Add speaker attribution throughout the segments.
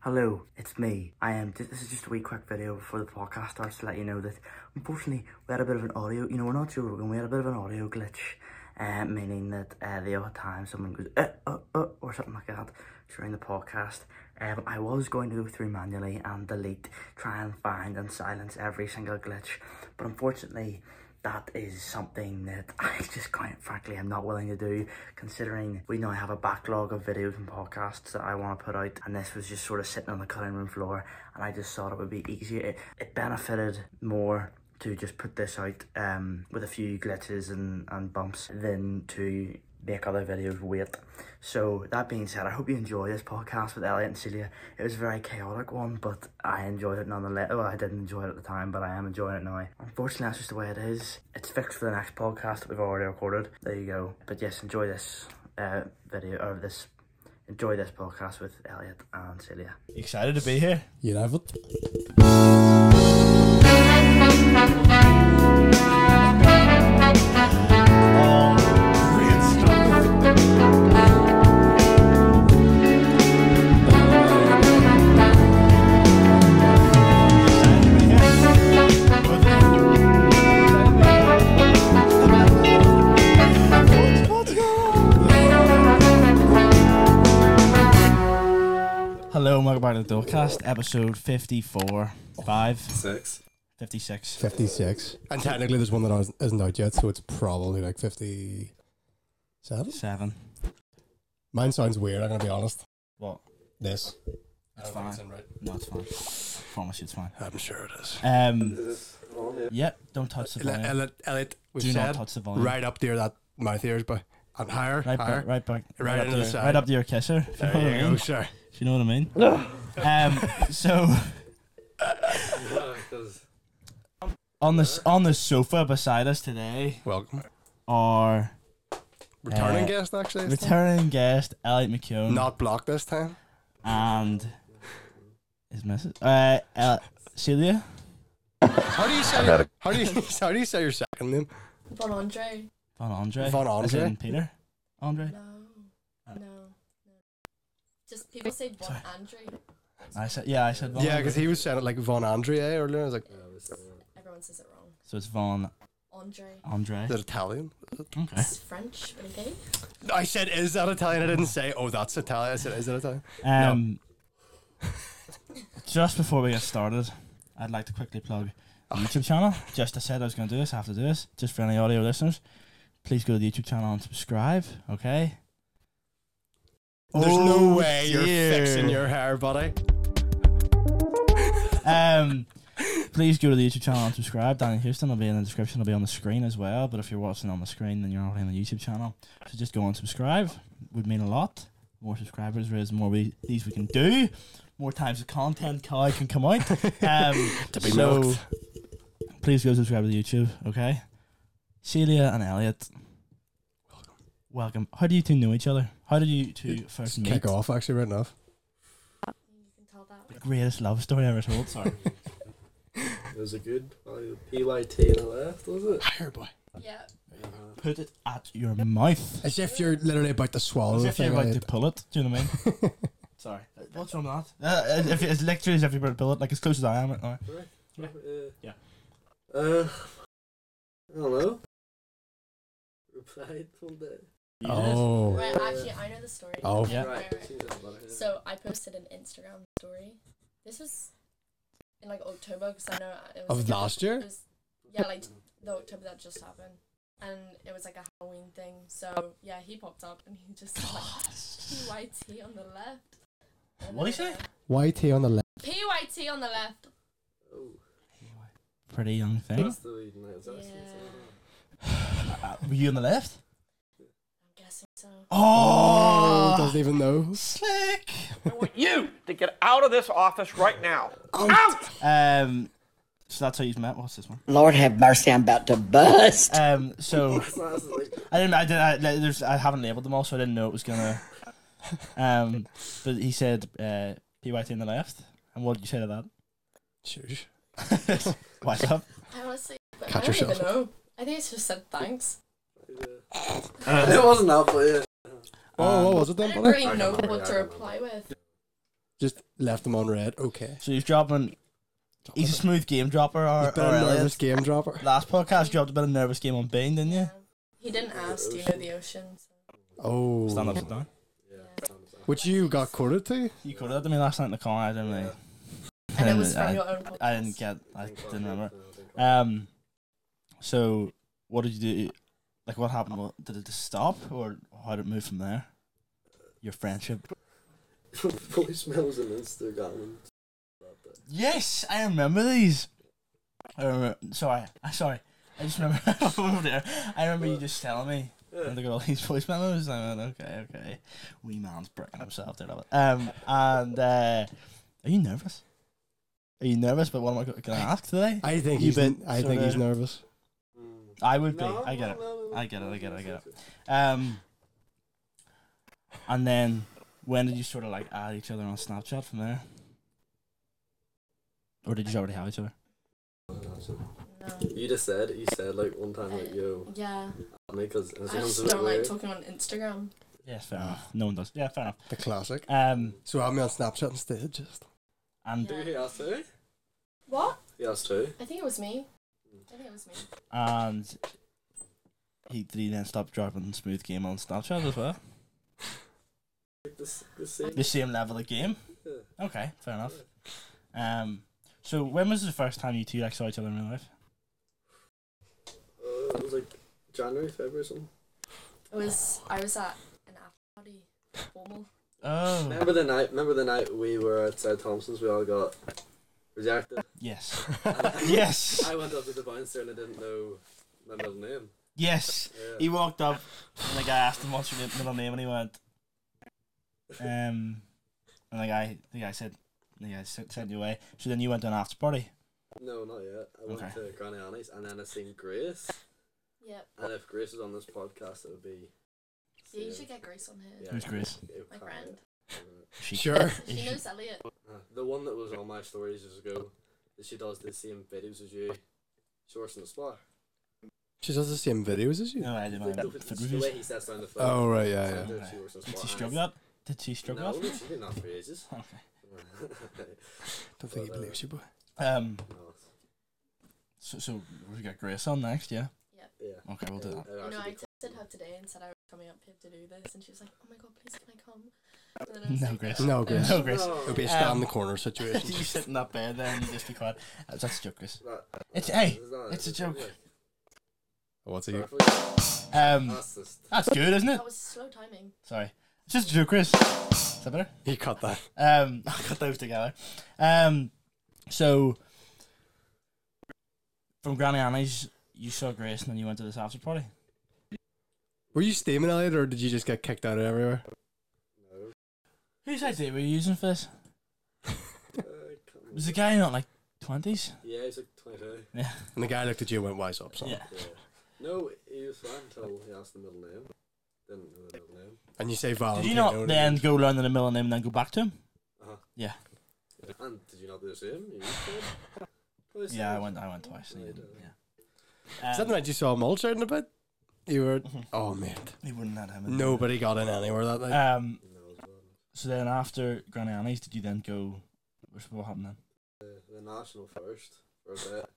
Speaker 1: Hello, it's me. I am. ju- This is just a wee quick video before the podcast starts to let you know that unfortunately we had a bit of an audio. You know, we're not Joe Rogan. We had a bit of an audio glitch, uh, meaning that uh, the other time someone goes uh, uh, uh, or something like that during the podcast. Um, I was going to go through manually and delete, try and find and silence every single glitch, but unfortunately. That is something that I just quite frankly am not willing to do, considering we now have a backlog of videos and podcasts that I want to put out, and this was just sort of sitting on the cutting room floor, and I just thought it would be easier. It, it benefited more to just put this out um, with a few glitches and, and bumps than to make other videos wait. So that being said, I hope you enjoy this podcast with Elliot and Celia. It was a very chaotic one, but I enjoyed it nonetheless. Well, I didn't enjoy it at the time, but I am enjoying it now. Unfortunately, that's just the way it is. It's fixed for the next podcast that we've already recorded. There you go. But yes, enjoy this uh, video or this. Enjoy this podcast with Elliot and Celia.
Speaker 2: You excited to be here?
Speaker 3: You have it.
Speaker 2: Hello, welcome back to the Doorcast, episode 54, 5,
Speaker 4: Six.
Speaker 2: 56.
Speaker 3: 56. And technically, there's one that isn't- isn't out yet, so it's probably like 57.
Speaker 2: 7.
Speaker 3: Mine sounds weird, I'm going to be honest.
Speaker 2: What?
Speaker 3: This.
Speaker 2: It's fine. No, it's fine. promise you it's fine.
Speaker 3: I'm sure it is.
Speaker 2: Um, yep, don't touch the volume.
Speaker 3: Elliot, Elliot we
Speaker 2: Do not
Speaker 3: said
Speaker 2: touch the volume.
Speaker 3: right up there that mouth ears, but I'm higher,
Speaker 2: Right
Speaker 3: higher.
Speaker 2: back, right back,
Speaker 3: Right
Speaker 2: up to
Speaker 3: into the
Speaker 2: your,
Speaker 3: side.
Speaker 2: right up to your kisser. If you, know what
Speaker 3: There
Speaker 2: I
Speaker 3: you go,
Speaker 2: mean.
Speaker 3: sure.
Speaker 2: If you know what I mean. um, so on this on the sofa beside us today
Speaker 3: Welcome.
Speaker 2: are
Speaker 3: Returning
Speaker 2: Uh,
Speaker 3: guest, actually. this time.
Speaker 2: returning guest Elliot McKeown
Speaker 3: Not blocked this time.
Speaker 2: and his missus uh, uh, Celia.
Speaker 3: How do you say? Your, how do you? How do you say your second name?
Speaker 5: Bon Andre?
Speaker 2: Von Andre.
Speaker 3: Von
Speaker 2: as
Speaker 3: Andre?
Speaker 2: in Peter. Andre.
Speaker 5: No. No. no. Just people say Bon
Speaker 2: Uh. Sorry.
Speaker 5: Andre.
Speaker 2: I said yeah. I said Von.
Speaker 3: Yeah,
Speaker 2: Andre.
Speaker 3: because he was saying it like Von Andrea earlier. I was like,
Speaker 5: Everyone says it wrong.
Speaker 2: So it's Von
Speaker 5: Andre.
Speaker 2: Andre.
Speaker 3: is that Italian?
Speaker 2: Okay.
Speaker 5: It's French, but okay.
Speaker 3: I said, is that Italian? I didn't say, oh, that's Italian. I said, is that Italian?
Speaker 2: Um, just before we get started, I'd like to quickly plug the YouTube channel. Just I said I was going to do this, I have to do this. Just for any audio listeners, please go to the YouTube channel and subscribe, okay?
Speaker 3: There's
Speaker 2: Oh,
Speaker 3: no way
Speaker 2: dear.
Speaker 3: you're fixing your hair, buddy.
Speaker 2: Um, please go to the YouTube channel and subscribe. Danny Houston will be in the description, will be on the screen as well. But if you're watching on the screen, then you're already on the YouTube channel. So just go and subscribe, would mean a lot. More subscribers raise more we, these we can do. More times the content Kai can come out. Um,
Speaker 3: To be
Speaker 2: so
Speaker 3: milked.
Speaker 2: please go subscribe to YouTube, okay? Celia and Elliot, welcome. How do you two know each other? How did you two first meet?
Speaker 3: Kick off, actually, right enough.
Speaker 5: You can tell
Speaker 2: The
Speaker 5: that.
Speaker 2: greatest love story ever told. Sorry.
Speaker 4: It was a good uh, PYT and a left, was it?
Speaker 3: Higher, boy.
Speaker 5: Yeah.
Speaker 2: Put it at your mouth.
Speaker 3: As if you're literally about to swallow
Speaker 2: As
Speaker 3: the
Speaker 2: if you're
Speaker 3: thing.
Speaker 2: about to
Speaker 3: Elliot.
Speaker 2: pull it. Do you know what I mean? Sorry. What's wrong with that? Uh, as if, as literally as if you're about to pull it, like as close as I am right now.
Speaker 4: Yeah.
Speaker 2: Yeah.
Speaker 4: Uh, I don't know. Replied one day.
Speaker 3: Oh.
Speaker 5: Right, actually, I know the story.
Speaker 3: Oh.
Speaker 2: Yeah.
Speaker 5: Right,
Speaker 4: Right.
Speaker 5: right.
Speaker 4: she doesn't wanna hear it.
Speaker 5: So I posted an Instagram story. This was in like October because I know it was
Speaker 3: Of
Speaker 5: like,
Speaker 3: last year?
Speaker 5: It was, yeah, like the October that just happened, and it was like a Halloween thing. So yeah, he popped up and he just said, like PYT on the left. And
Speaker 2: What'd
Speaker 5: then,
Speaker 2: he
Speaker 3: YT on the left.
Speaker 5: uh, PYT on the left.
Speaker 4: Oh,
Speaker 2: Pretty young thing.
Speaker 4: that's the lead now. It's actually
Speaker 5: Yeah.
Speaker 4: something.
Speaker 2: Uh, were you on the left?
Speaker 5: I'm guessing so.
Speaker 2: Oh,
Speaker 3: Doesn't even know.
Speaker 2: slick.
Speaker 6: you to get out of this office right now.
Speaker 2: Um, so that's how you've met. What's this one?
Speaker 7: Lord have mercy, I'm about to bust.
Speaker 2: Um, so
Speaker 4: That's like,
Speaker 2: I didn't. I didn't. I, like, there's, I haven't labeled them all, so I didn't know it was gonna. Um, but he said uh, PYT on the left. And what did you say to that?
Speaker 3: Shush.
Speaker 2: What's up?
Speaker 5: I honestly, but
Speaker 3: Cut
Speaker 5: I don't
Speaker 3: yourself.
Speaker 5: even know. I think it's just said thanks.
Speaker 4: yeah. uh, it wasn't that, but yeah.
Speaker 3: Oh,
Speaker 2: Um,
Speaker 3: what was it
Speaker 5: I
Speaker 3: then,
Speaker 5: didn't
Speaker 2: Oh,
Speaker 3: buddy?
Speaker 5: really
Speaker 4: I
Speaker 5: know
Speaker 4: remember,
Speaker 5: what to
Speaker 4: I remember.
Speaker 5: reply with.
Speaker 8: Just left them on red. Okay.
Speaker 2: So he's dropping. He's a smooth game dropper. Or,
Speaker 8: Bit of
Speaker 2: or Elliot.
Speaker 8: nervous game dropper.
Speaker 2: Last podcast, you dropped a bit of nervous game on Bane, didn't you?
Speaker 5: Um, He didn't ask, do you know the ocean? So,
Speaker 8: Oh.
Speaker 2: Stand up, sit down.
Speaker 8: Which you got quoted to?
Speaker 2: You called out to me last night in the car. I didn't really.
Speaker 5: and it was from
Speaker 2: I,
Speaker 5: your own podcast.
Speaker 2: uh, I didn't get. I didn't remember. Um. So, what did you do? Like, what happened? What- Did it just stop, or how did it move from there? Your friendship. Uh,
Speaker 4: Voicemails and Instagram.
Speaker 2: Yes, I remember these. I remember. Sorry, I sorry. I just remember over there. I remember you just telling me. And look at all these voice memos. I went, okay, okay. Wee man's breaking himself there. love it. Um, and uh, are you nervous? Are you nervous? But what am I going to ask today?
Speaker 8: I think
Speaker 2: You
Speaker 8: he's.
Speaker 2: bit
Speaker 8: I think
Speaker 2: sorta-
Speaker 8: he's nervous.
Speaker 4: Mm.
Speaker 2: I would be. I get it. I get it. I get it. I get it. Um, and then when did you sort of like add each other on Snapchat from there? Or did you already have each other?
Speaker 5: No.
Speaker 4: You just said you said like one time like yo,
Speaker 5: Yeah.
Speaker 4: because it
Speaker 5: I
Speaker 4: sounds a
Speaker 5: just
Speaker 4: bit
Speaker 5: don't like
Speaker 4: weird.
Speaker 5: talking on Instagram.
Speaker 2: Yes, fair enough. Ah, No one does. Yeah, fair enough.
Speaker 8: The classic.
Speaker 2: Um,
Speaker 8: So I'm on Snapchat instead. Just
Speaker 2: and
Speaker 4: Did he ask who?
Speaker 5: What?
Speaker 4: He asked who?
Speaker 5: I think it was me. I think it was me.
Speaker 2: and he did he then stop dropping smooth game on Snapchat as well?
Speaker 4: Like this, this same.
Speaker 2: The same level of game. Okay, fair enough. Um, so when was the first time you two like saw each other in real life?
Speaker 4: Uh, it was like January, February, or something.
Speaker 5: It was I was at an after party, formal.
Speaker 2: Oh,
Speaker 4: Remember the night? Remember the night we were at South Thompson's? We all got rejected.
Speaker 2: yes,
Speaker 4: And
Speaker 2: yes,
Speaker 4: I went up to the bouncer and I didn't know my middle name.
Speaker 2: yes. He
Speaker 4: Yeah.
Speaker 2: walked up, and the guy asked him what's your name- middle name, and he went, um, and the guy, the guy said, the guy sent sent you away. So then you went to an after party.
Speaker 4: No, not yet. I went
Speaker 2: Okay.
Speaker 4: to Granny Annie's and then I seen Grace.
Speaker 5: Yep.
Speaker 4: And if Grace was on this podcast, it would be.
Speaker 5: Yeah, you should get Grace on here.
Speaker 2: Who's Grace?
Speaker 4: it-
Speaker 5: My friend.
Speaker 2: She,
Speaker 8: sure.
Speaker 2: is
Speaker 5: She
Speaker 2: she-
Speaker 5: knows Elliot.
Speaker 4: Uh, The one that was on my stories just ago. That she does the same videos as you. Shorts in the spot.
Speaker 8: She does the same videos as you.
Speaker 2: No, I did
Speaker 4: The,
Speaker 2: not.
Speaker 4: the,
Speaker 2: Food
Speaker 4: the
Speaker 2: reviews.
Speaker 4: way he sets down the phone.
Speaker 8: Oh right, yeah,
Speaker 4: So I
Speaker 8: yeah.
Speaker 4: did
Speaker 2: Okay.
Speaker 4: shorts in the
Speaker 2: Did she
Speaker 4: spot,
Speaker 2: struggle
Speaker 4: and
Speaker 2: up? Did she
Speaker 4: I-
Speaker 2: struggle up?
Speaker 4: No, no, she did not for ages.
Speaker 2: Okay.
Speaker 8: Don't think he believes you, boy.
Speaker 2: Um.
Speaker 4: No,
Speaker 2: So, so we got Grace on next, yeah.
Speaker 4: yeah. Uh,
Speaker 2: Okay, Oh, we'll do that.
Speaker 5: You know, I texted her today and said I was coming up here to do this, and she was like, "Oh my god, please can I come?" And then I was
Speaker 2: No,
Speaker 5: like,
Speaker 2: Grace.
Speaker 5: "Uh,
Speaker 8: No, Grace.
Speaker 2: No, Grace.
Speaker 4: Oh.
Speaker 8: It'll be a
Speaker 2: Um,
Speaker 8: stand in the corner
Speaker 2: you
Speaker 8: situation.
Speaker 2: sit in that bed there and you just be quiet. That's, that's a joke, Chris.
Speaker 4: That-
Speaker 2: It's-
Speaker 4: that-
Speaker 2: hey,
Speaker 4: that-
Speaker 2: it's a joke.
Speaker 8: What's he?
Speaker 4: Perfect.
Speaker 2: Um,
Speaker 4: That's just.
Speaker 2: that's good, isn't it?
Speaker 5: That was slow timing.
Speaker 2: Sorry, it's just a joke, Chris. Is that better?
Speaker 8: He cut that.
Speaker 2: Um, I got those together. Um, so from Granny Annie's, you saw Grace and then you went to this after party.
Speaker 8: Were you steaming at it, or did you just get kicked out of everywhere?
Speaker 4: No.
Speaker 2: Whose idea were you using for this?
Speaker 4: Uh, come on.
Speaker 2: Was the guy not like twenties?
Speaker 4: Yeah, he's like 22.
Speaker 2: Yeah.
Speaker 8: And the guy looked at you and went, "Wise up, son."
Speaker 2: Yeah.
Speaker 4: Yeah. No, he was fine until he asked the middle name. Didn't know the middle name.
Speaker 8: And you say
Speaker 2: Did
Speaker 8: Valentino.
Speaker 2: you not
Speaker 8: and
Speaker 2: then
Speaker 8: you-
Speaker 2: go learn the middle name and then go back to him?
Speaker 4: Uh-huh.
Speaker 2: Yeah.
Speaker 4: And did you not do the same? You did. Probably
Speaker 2: Yeah, I
Speaker 4: same.
Speaker 2: went. I went twice. Um, and he
Speaker 4: Right,
Speaker 2: didn't,
Speaker 4: uh,
Speaker 2: yeah.
Speaker 8: Is that the night you saw Mulch out and about? You were.
Speaker 2: Mhm.
Speaker 8: Oh mate,
Speaker 2: He wouldn't let him. in.
Speaker 8: nobody got in anywhere that night.
Speaker 2: Um.
Speaker 4: No, it was one.
Speaker 2: So then, after Granny Annie's, did you then go? what's- What happened then?
Speaker 4: The, the national first for a bit,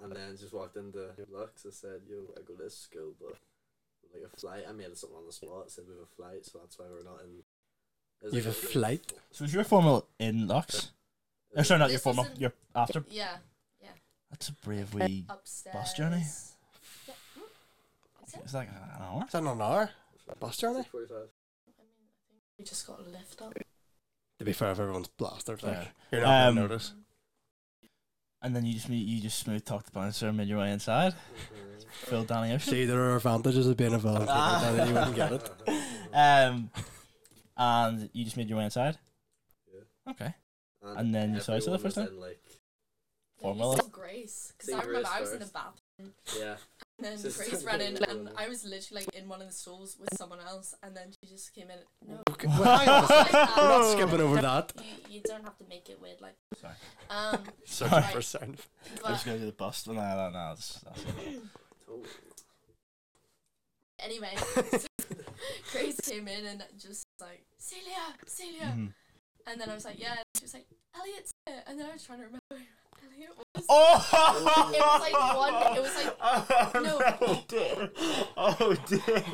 Speaker 4: and then just walked into Lux and said, "Yo, I go to this school, but like a flight. I made something on the spot. Said we have a flight, so that's why we're not in." Is
Speaker 8: You have a
Speaker 4: it-
Speaker 8: flight?
Speaker 2: So was your formal in Lux? Oh, sorry, not your
Speaker 5: This
Speaker 2: formal.
Speaker 5: isn't-
Speaker 2: Your after.
Speaker 5: Yeah,
Speaker 2: That's a brave wee.
Speaker 5: upstairs.
Speaker 2: journey?
Speaker 8: Uh,
Speaker 5: Yeah. mm, Is it?
Speaker 2: It's like an hour.
Speaker 8: Is that not an hour? Bus journey?
Speaker 4: 45.
Speaker 5: I mean, I think we just got a lift up.
Speaker 8: To be fair, if everyone's blasted, like,
Speaker 2: Yeah.
Speaker 8: you're not
Speaker 2: Um,
Speaker 8: gonna notice.
Speaker 2: And then you just meet- you just smooth talked the bouncer and made your way inside.
Speaker 4: Mm-hmm.
Speaker 2: Phil Danny Ocean.
Speaker 8: See, there are advantages of being a Valentino.
Speaker 2: Ah.
Speaker 8: Danny, you wouldn't get it.
Speaker 2: Um. And you just made your way inside. Okay. And then you saw each other
Speaker 4: everyone
Speaker 2: first
Speaker 4: was
Speaker 2: time?
Speaker 4: in, like,
Speaker 5: No,
Speaker 2: Formula.
Speaker 5: you said Grace, because
Speaker 4: Say
Speaker 5: I remember
Speaker 4: Grace
Speaker 5: I was in the
Speaker 4: first.
Speaker 5: bathroom.
Speaker 4: yeah,
Speaker 5: And then
Speaker 4: Just-
Speaker 5: Grace ran in, and
Speaker 4: Yeah.
Speaker 5: I was literally like in one of the stalls with someone else, and then she just came in. No,
Speaker 8: Okay, well, hang on a second. We're not skipping over that.
Speaker 5: you, you don't have to make it weird, like.
Speaker 2: Sorry.
Speaker 5: Um,
Speaker 8: Sorry
Speaker 5: Right.
Speaker 8: for sound.
Speaker 2: I
Speaker 5: but
Speaker 2: was gonna do the bust. No, no, no. That's, that's
Speaker 4: totally.
Speaker 5: anyway, Grace came in and just was like Celia, Celia,
Speaker 2: Mhm.
Speaker 5: And then I was like, yeah. And she was like, Elliot's here. And then I was trying to remember who Elliot was.
Speaker 9: Oh!
Speaker 5: It was like one. It was like
Speaker 9: Oh,
Speaker 5: No.
Speaker 9: no, dear. Oh, dear.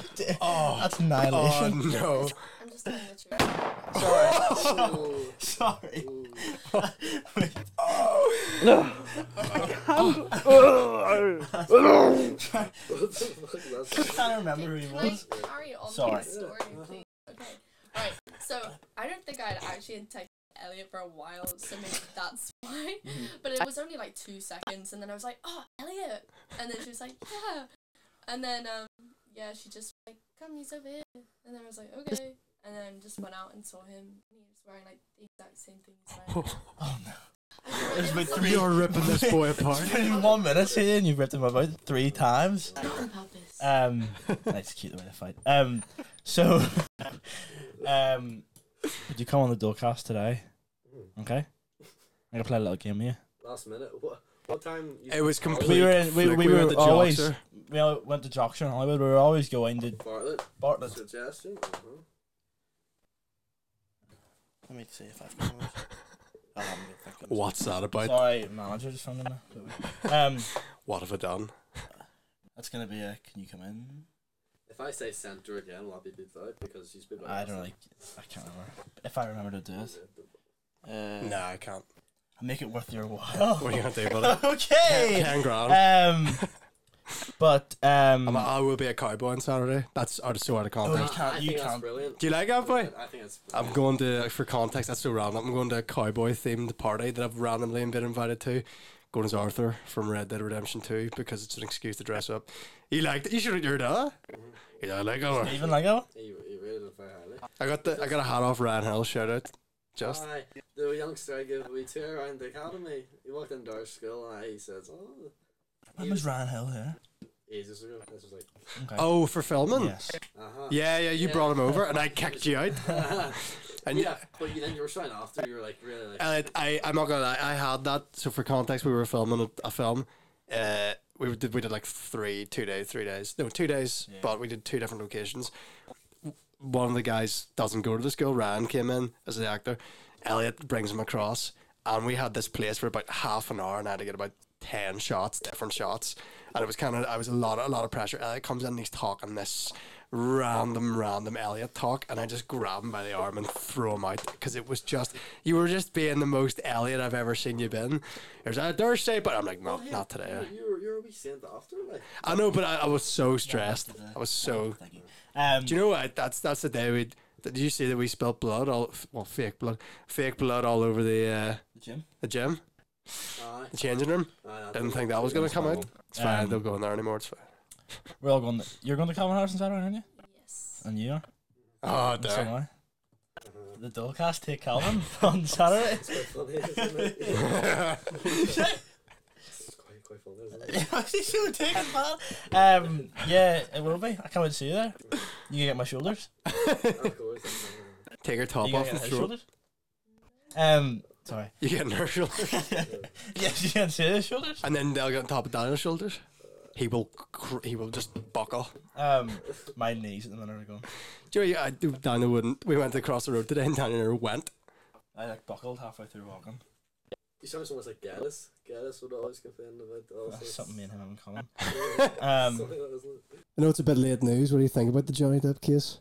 Speaker 9: Oh, dear.
Speaker 2: Oh, That's annihilation.
Speaker 3: no.
Speaker 5: I'm just telling the truth.
Speaker 9: Sorry.
Speaker 2: I can't remember who he
Speaker 5: Can I
Speaker 2: was.
Speaker 5: carry on
Speaker 2: Sorry.
Speaker 5: the story,
Speaker 4: Uh-huh.
Speaker 5: please? Okay. Alright, so I don't think I had actually texted Elliot for a while, so maybe that's why. But it was only like two seconds, and then I was like, oh, Elliot! And then she was like, yeah. And then, um, yeah, she just like, come, he's over here. And then I was like, okay. And then just went out and saw him, and he was wearing like the exact same thing he's wearing.
Speaker 2: Oh no.
Speaker 5: I
Speaker 2: It was
Speaker 5: was
Speaker 2: about
Speaker 5: like,
Speaker 2: three
Speaker 3: You're ripping this boy apart.
Speaker 2: In one minute here, and you've ripped him about three times.
Speaker 5: on purpose.
Speaker 2: Um, that's cute the way they fight. Um, so, um, would you come on the doorcast today? Okay, I'm gonna play a little game here.
Speaker 4: Last minute. What? What time? You Oh,
Speaker 3: It was
Speaker 4: Bartlett?
Speaker 3: complete.
Speaker 2: We were in, we,
Speaker 3: flick.
Speaker 2: we,
Speaker 3: We were
Speaker 2: were,
Speaker 3: at the
Speaker 2: always
Speaker 3: Joxer.
Speaker 2: we all went to Joxer in Hollywood. We were always going to
Speaker 4: Bartlett.
Speaker 2: Bartlett.
Speaker 4: Suggestion. Mhm.
Speaker 2: Let me see if I've got one. Oh, I'm gonna think of-
Speaker 3: What's that about?
Speaker 2: Sorry, manager, just found him. Um,
Speaker 3: What have I done?
Speaker 2: that's gonna be a. Can you come in?
Speaker 4: If I say centre again, will I be beat out because she's been.
Speaker 2: I don't like. I can't remember. If I remember to do it, uh,
Speaker 3: Nah, I can't.
Speaker 2: make it worth your while.
Speaker 3: What are you gonna do about it?
Speaker 2: okay.
Speaker 3: Ten grand.
Speaker 2: Um, but um,
Speaker 3: I'm a, I will be a cowboy on Saturday. That's out of so out of
Speaker 2: Oh,
Speaker 3: context.
Speaker 2: you can't-
Speaker 4: I
Speaker 2: you
Speaker 4: think that's
Speaker 2: can't-
Speaker 4: brilliant.
Speaker 3: Do you like that boy?
Speaker 4: I think it's.
Speaker 3: I'm going to for context. That's so random. I'm going to a cowboy themed party that I've randomly been invited to. Going as Arthur from Red Dead Redemption 2 because it's an excuse to dress up. You liked it. You should have heard that. You know, like, oh,
Speaker 2: even like that.
Speaker 4: You, you rated it very highly.
Speaker 3: I got the I got a hat off Ryan Hill. Shout out. Just
Speaker 4: Aye, the youngster I gave we two around the academy. He walked into our school and he says, "Oh,
Speaker 2: When was Ryan Hill here?
Speaker 4: ages ago." This was like,
Speaker 2: Okay.
Speaker 3: oh for filming.
Speaker 2: yes.
Speaker 4: uh huh.
Speaker 3: Yeah, yeah. You
Speaker 4: Yeah.
Speaker 3: brought him over and I kicked you out. And uh,
Speaker 4: yeah, but you, then you were shouting after. You were like, really like,
Speaker 3: Elliot, I, I'm not gonna lie, I had that. So for context, we were filming a, a film. Uh, we did we did like three, two days, three days. No, two days, but we did two different locations. One of the guys doesn't go to the school. Ryan came in as the actor. Elliot brings him across, and we had this place for about half an hour, and I had to get about ten shots, different shots, and it was kind of I was a lot, a lot of pressure. Elliot comes in, and he's talking this random, random Elliot talk, and I just grab him by the arm and throw him out because it was just you were just being the most Elliot I've ever seen you been. There's a Thursday, but I'm like, no, not today.
Speaker 4: you were you were a wee saint after like.
Speaker 3: I know, but I, I was so stressed. I was so.
Speaker 2: Thank you. Um,
Speaker 3: Do you know what? That's that's the day we. Did you see that we spilled blood all well fake blood fake blood all over the uh,
Speaker 2: the gym?
Speaker 3: the gym
Speaker 4: Aye,
Speaker 3: the changing room?
Speaker 4: aye, I
Speaker 3: Didn't think that was gonna come out. It's fine.
Speaker 2: Um,
Speaker 3: They'll go in there anymore. It's fine.
Speaker 2: We're all going. To, you're going to Calvin Harris on Saturday, aren't you?
Speaker 5: yes.
Speaker 2: And you are.
Speaker 3: Oh,
Speaker 2: And so am
Speaker 3: dear.
Speaker 2: I. The Dollcast take Calvin on Saturday.
Speaker 4: It's Uh-huh. quite funny, isn't it? Yeah. it's quite quite funny, isn't it?
Speaker 2: He's so taken, man. Um, yeah, it will be. I can't wait to see you there. You can get my shoulders.
Speaker 4: Of course. I'm, uh,
Speaker 3: Take her
Speaker 2: you
Speaker 3: top
Speaker 2: can
Speaker 3: off
Speaker 2: get
Speaker 3: and
Speaker 2: his
Speaker 3: throw.
Speaker 2: shoulders. Um, sorry.
Speaker 3: You get in her shoulders,
Speaker 2: Yes, you can see his shoulders.
Speaker 3: and then they'll get on top of Daniel's shoulders. He will cr- he will just buckle.
Speaker 2: Um, my knees at the minute are going.
Speaker 3: Do you? I do. Daniel wouldn't. We went across the road today, and Daniel went.
Speaker 2: I like buckled halfway through walking.
Speaker 4: You sound so much like Gaddis. Gaddis would always complain about all
Speaker 2: That's
Speaker 4: sorts
Speaker 2: something me and him have in common.
Speaker 4: something
Speaker 2: Um,
Speaker 4: like that, isn't it?
Speaker 3: I know it's a bit late news. What do you think about the Johnny Depp case?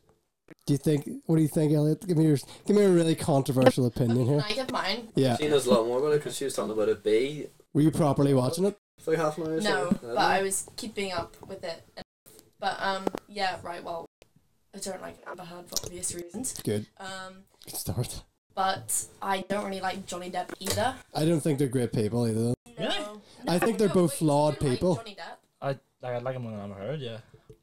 Speaker 3: Do you think? What do you think, Elliot? Give me your give me a really controversial opinion
Speaker 5: Can
Speaker 3: here.
Speaker 5: I get mine?
Speaker 3: Yeah,
Speaker 4: She knows a lot more about it because she was talking about a bee
Speaker 3: were you properly watching it?
Speaker 4: for like half an hour. or
Speaker 5: No,
Speaker 4: something.
Speaker 5: but I was keeping up with it. But um, yeah, right. Well, I don't like Amber Heard for obvious reasons.
Speaker 3: Good,
Speaker 5: Um,
Speaker 3: good start.
Speaker 5: but I don't really like Johnny Depp either.
Speaker 3: I don't think they're great people either.
Speaker 2: Really?
Speaker 5: No.
Speaker 3: I think they're
Speaker 5: No,
Speaker 3: both
Speaker 5: wait,
Speaker 3: flawed
Speaker 5: you like
Speaker 3: people.
Speaker 5: Johnny Depp?
Speaker 2: I like I like him more than Amber Heard. Yeah,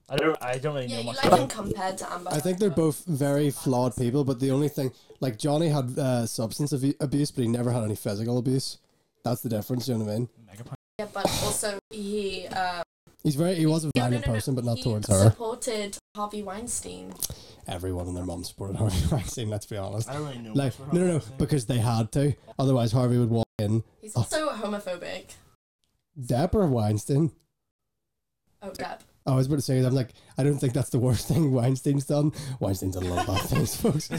Speaker 2: I don't. I don't really
Speaker 5: Yeah,
Speaker 2: know
Speaker 5: you
Speaker 2: much.
Speaker 5: like
Speaker 2: about
Speaker 5: him compared to Amber.
Speaker 3: I think
Speaker 5: Heard,
Speaker 3: they're
Speaker 5: but-
Speaker 3: both very flawed people, but the only thing, like Johnny had uh, substance abu- abuse, but he never had any physical abuse. That's the difference. You know what I mean?
Speaker 2: Mega Pint.
Speaker 5: Yeah, but also he. Uh,
Speaker 3: He's very. He was a
Speaker 5: no, no,
Speaker 3: violent
Speaker 5: no, no,
Speaker 3: person, but not
Speaker 5: he
Speaker 3: towards her.
Speaker 5: Supported Harvey Weinstein.
Speaker 3: Everyone and their mum supported Harvey Weinstein. Let's be honest.
Speaker 2: I don't really know.
Speaker 3: Like,
Speaker 2: much about
Speaker 3: no, no, no,
Speaker 2: him.
Speaker 3: because they had to. Otherwise, Harvey would walk in.
Speaker 5: He's
Speaker 3: Oh.
Speaker 5: also homophobic.
Speaker 3: Depp or Weinstein?
Speaker 5: Oh, Depp.
Speaker 3: I was about to say, I'm like, I don't think that's the worst thing Weinstein's done. Weinstein's done a lot of bad things, folks.
Speaker 2: No,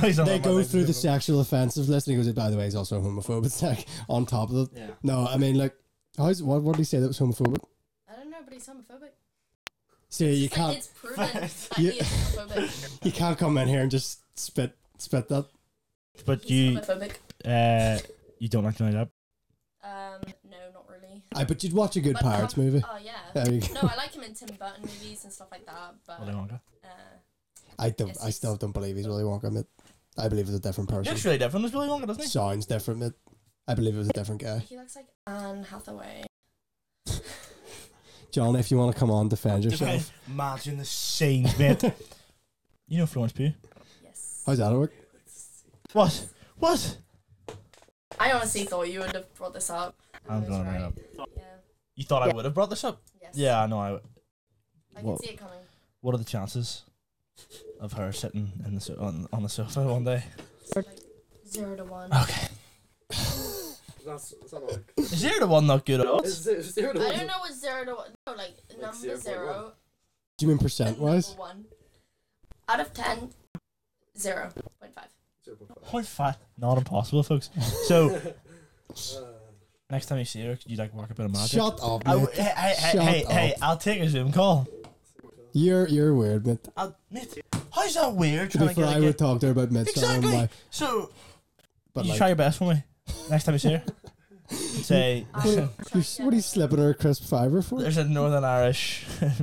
Speaker 2: he's not
Speaker 3: They
Speaker 2: my
Speaker 3: go
Speaker 2: business.
Speaker 3: through the sexual offensive list, and he goes, by the way, he's also homophobic, it's like, on top of it.
Speaker 2: Yeah.
Speaker 3: No, I mean, like, how's, what, what did he say that was homophobic?
Speaker 5: I don't know, but he's homophobic.
Speaker 3: See, you
Speaker 5: It's like,
Speaker 3: can't,
Speaker 5: It's proven that
Speaker 3: You-
Speaker 5: he is homophobic.
Speaker 3: you can't come in here and just spit, spit that.
Speaker 2: But
Speaker 5: He's
Speaker 2: you,
Speaker 5: homophobic.
Speaker 2: uh, you don't like Johnny Depp.
Speaker 5: Um, no, not really.
Speaker 3: I but you'd watch a good
Speaker 5: But,
Speaker 3: Pirates
Speaker 5: um,
Speaker 3: movie.
Speaker 5: Oh yeah.
Speaker 3: There you go.
Speaker 5: No, I like him in Tim Burton movies and stuff like that. But
Speaker 2: Willy Wonka.
Speaker 5: uh,
Speaker 3: I don't,
Speaker 5: Yes,
Speaker 3: I still
Speaker 5: yes.
Speaker 3: don't believe he's Willy Wonka. Mate. I believe it's a different
Speaker 2: He looks
Speaker 3: person.
Speaker 2: really different as Willy Wonka, doesn't he?
Speaker 3: Sounds different. Mate. I believe it was a different guy.
Speaker 5: he looks like Anne Hathaway.
Speaker 3: John, if you want to come on, defend yourself.
Speaker 2: Imagine the scenes, mate. you know Florence Pugh.
Speaker 5: Yes.
Speaker 3: How's that work?
Speaker 2: What? What?
Speaker 5: I honestly thought you would have brought this up. I
Speaker 2: I'm
Speaker 5: was
Speaker 2: gonna bring it
Speaker 5: right.
Speaker 2: up.
Speaker 5: Yeah.
Speaker 2: You thought I
Speaker 7: Yeah.
Speaker 2: would have brought this up?
Speaker 5: Yes.
Speaker 2: Yeah, I know. I. would.
Speaker 5: I can
Speaker 2: Well-
Speaker 5: see it coming.
Speaker 2: What are the chances of her sitting in the so- on, on the sofa one day?
Speaker 5: Zero to one.
Speaker 2: Okay.
Speaker 4: That's, that's not like.
Speaker 2: Is zero to one not good at all?
Speaker 4: It's zero, it's zero to
Speaker 5: I
Speaker 4: one.
Speaker 5: don't know what zero to one. No, like, number
Speaker 4: 0.1.
Speaker 5: zero
Speaker 3: Do you mean
Speaker 5: and
Speaker 3: percent wise?
Speaker 5: number one. Out of ten, zero point five.
Speaker 4: Zero point five.
Speaker 2: Point five. Not impossible, folks. So
Speaker 4: Uh,
Speaker 2: next time you see her, could you like work a bit of magic.
Speaker 3: Shut up,
Speaker 2: I
Speaker 3: mate.
Speaker 2: w- hey, hey, hey,
Speaker 3: Shut
Speaker 2: hey, hey,
Speaker 3: up.
Speaker 2: I'll take a Zoom call.
Speaker 3: You're you're weird, mate.
Speaker 2: I'll, mate, how's that weird? Trying to
Speaker 3: Before
Speaker 2: get,
Speaker 3: I
Speaker 2: like,
Speaker 3: would talk to her about midsummer,
Speaker 2: exactly.
Speaker 3: like,
Speaker 2: so
Speaker 3: but
Speaker 2: you
Speaker 3: like,
Speaker 2: try your best for me. Next time you see her, say
Speaker 3: what, you what are you slipping her a crisp fiver for?
Speaker 2: there's a Northern Irish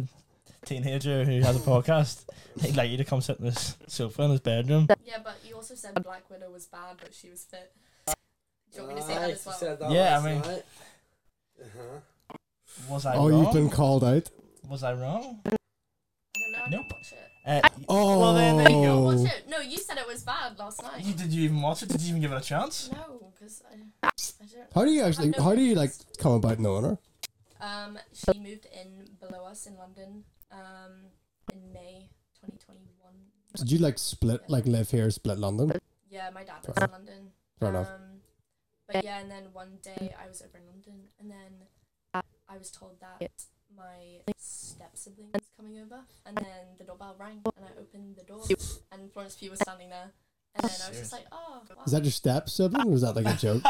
Speaker 2: teenager who has a podcast. He'd like you to come sit in this sofa in his bedroom.
Speaker 5: Yeah, but you also said Black Widow was bad, but she was fit. Do you want me to say that
Speaker 4: aye,
Speaker 5: as
Speaker 4: she
Speaker 5: well?
Speaker 4: said that
Speaker 2: Yeah, I
Speaker 4: last
Speaker 2: mean-
Speaker 4: night. Uh-huh.
Speaker 2: Was I
Speaker 3: Oh,
Speaker 2: wrong?
Speaker 3: you've been called out.
Speaker 2: Was I wrong?
Speaker 5: I don't know. I
Speaker 2: Nope.
Speaker 5: didn't watch it.
Speaker 2: Uh,
Speaker 3: Oh,
Speaker 2: well then there you go.
Speaker 5: Watch it. No, you said it was bad last night.
Speaker 2: Oh. You, did you even watch it? Did you even give it a chance?
Speaker 5: No, because I, I don't.
Speaker 3: How do you actually? How do you like come about knowing her?
Speaker 5: Um, she moved in below us in London. Um, in May 2021.
Speaker 3: Did you like split, like live here, split London?
Speaker 5: Yeah, my dad lives in London.
Speaker 3: Fair enough.
Speaker 5: Um, but yeah, and then one day I was over in London, and then I was told that my step sibling was coming over, and then the doorbell rang, and I opened the door, and Florence Pugh was standing there, and then I was just like, oh. Wow.
Speaker 3: Is that your step sibling? Or was that like a joke?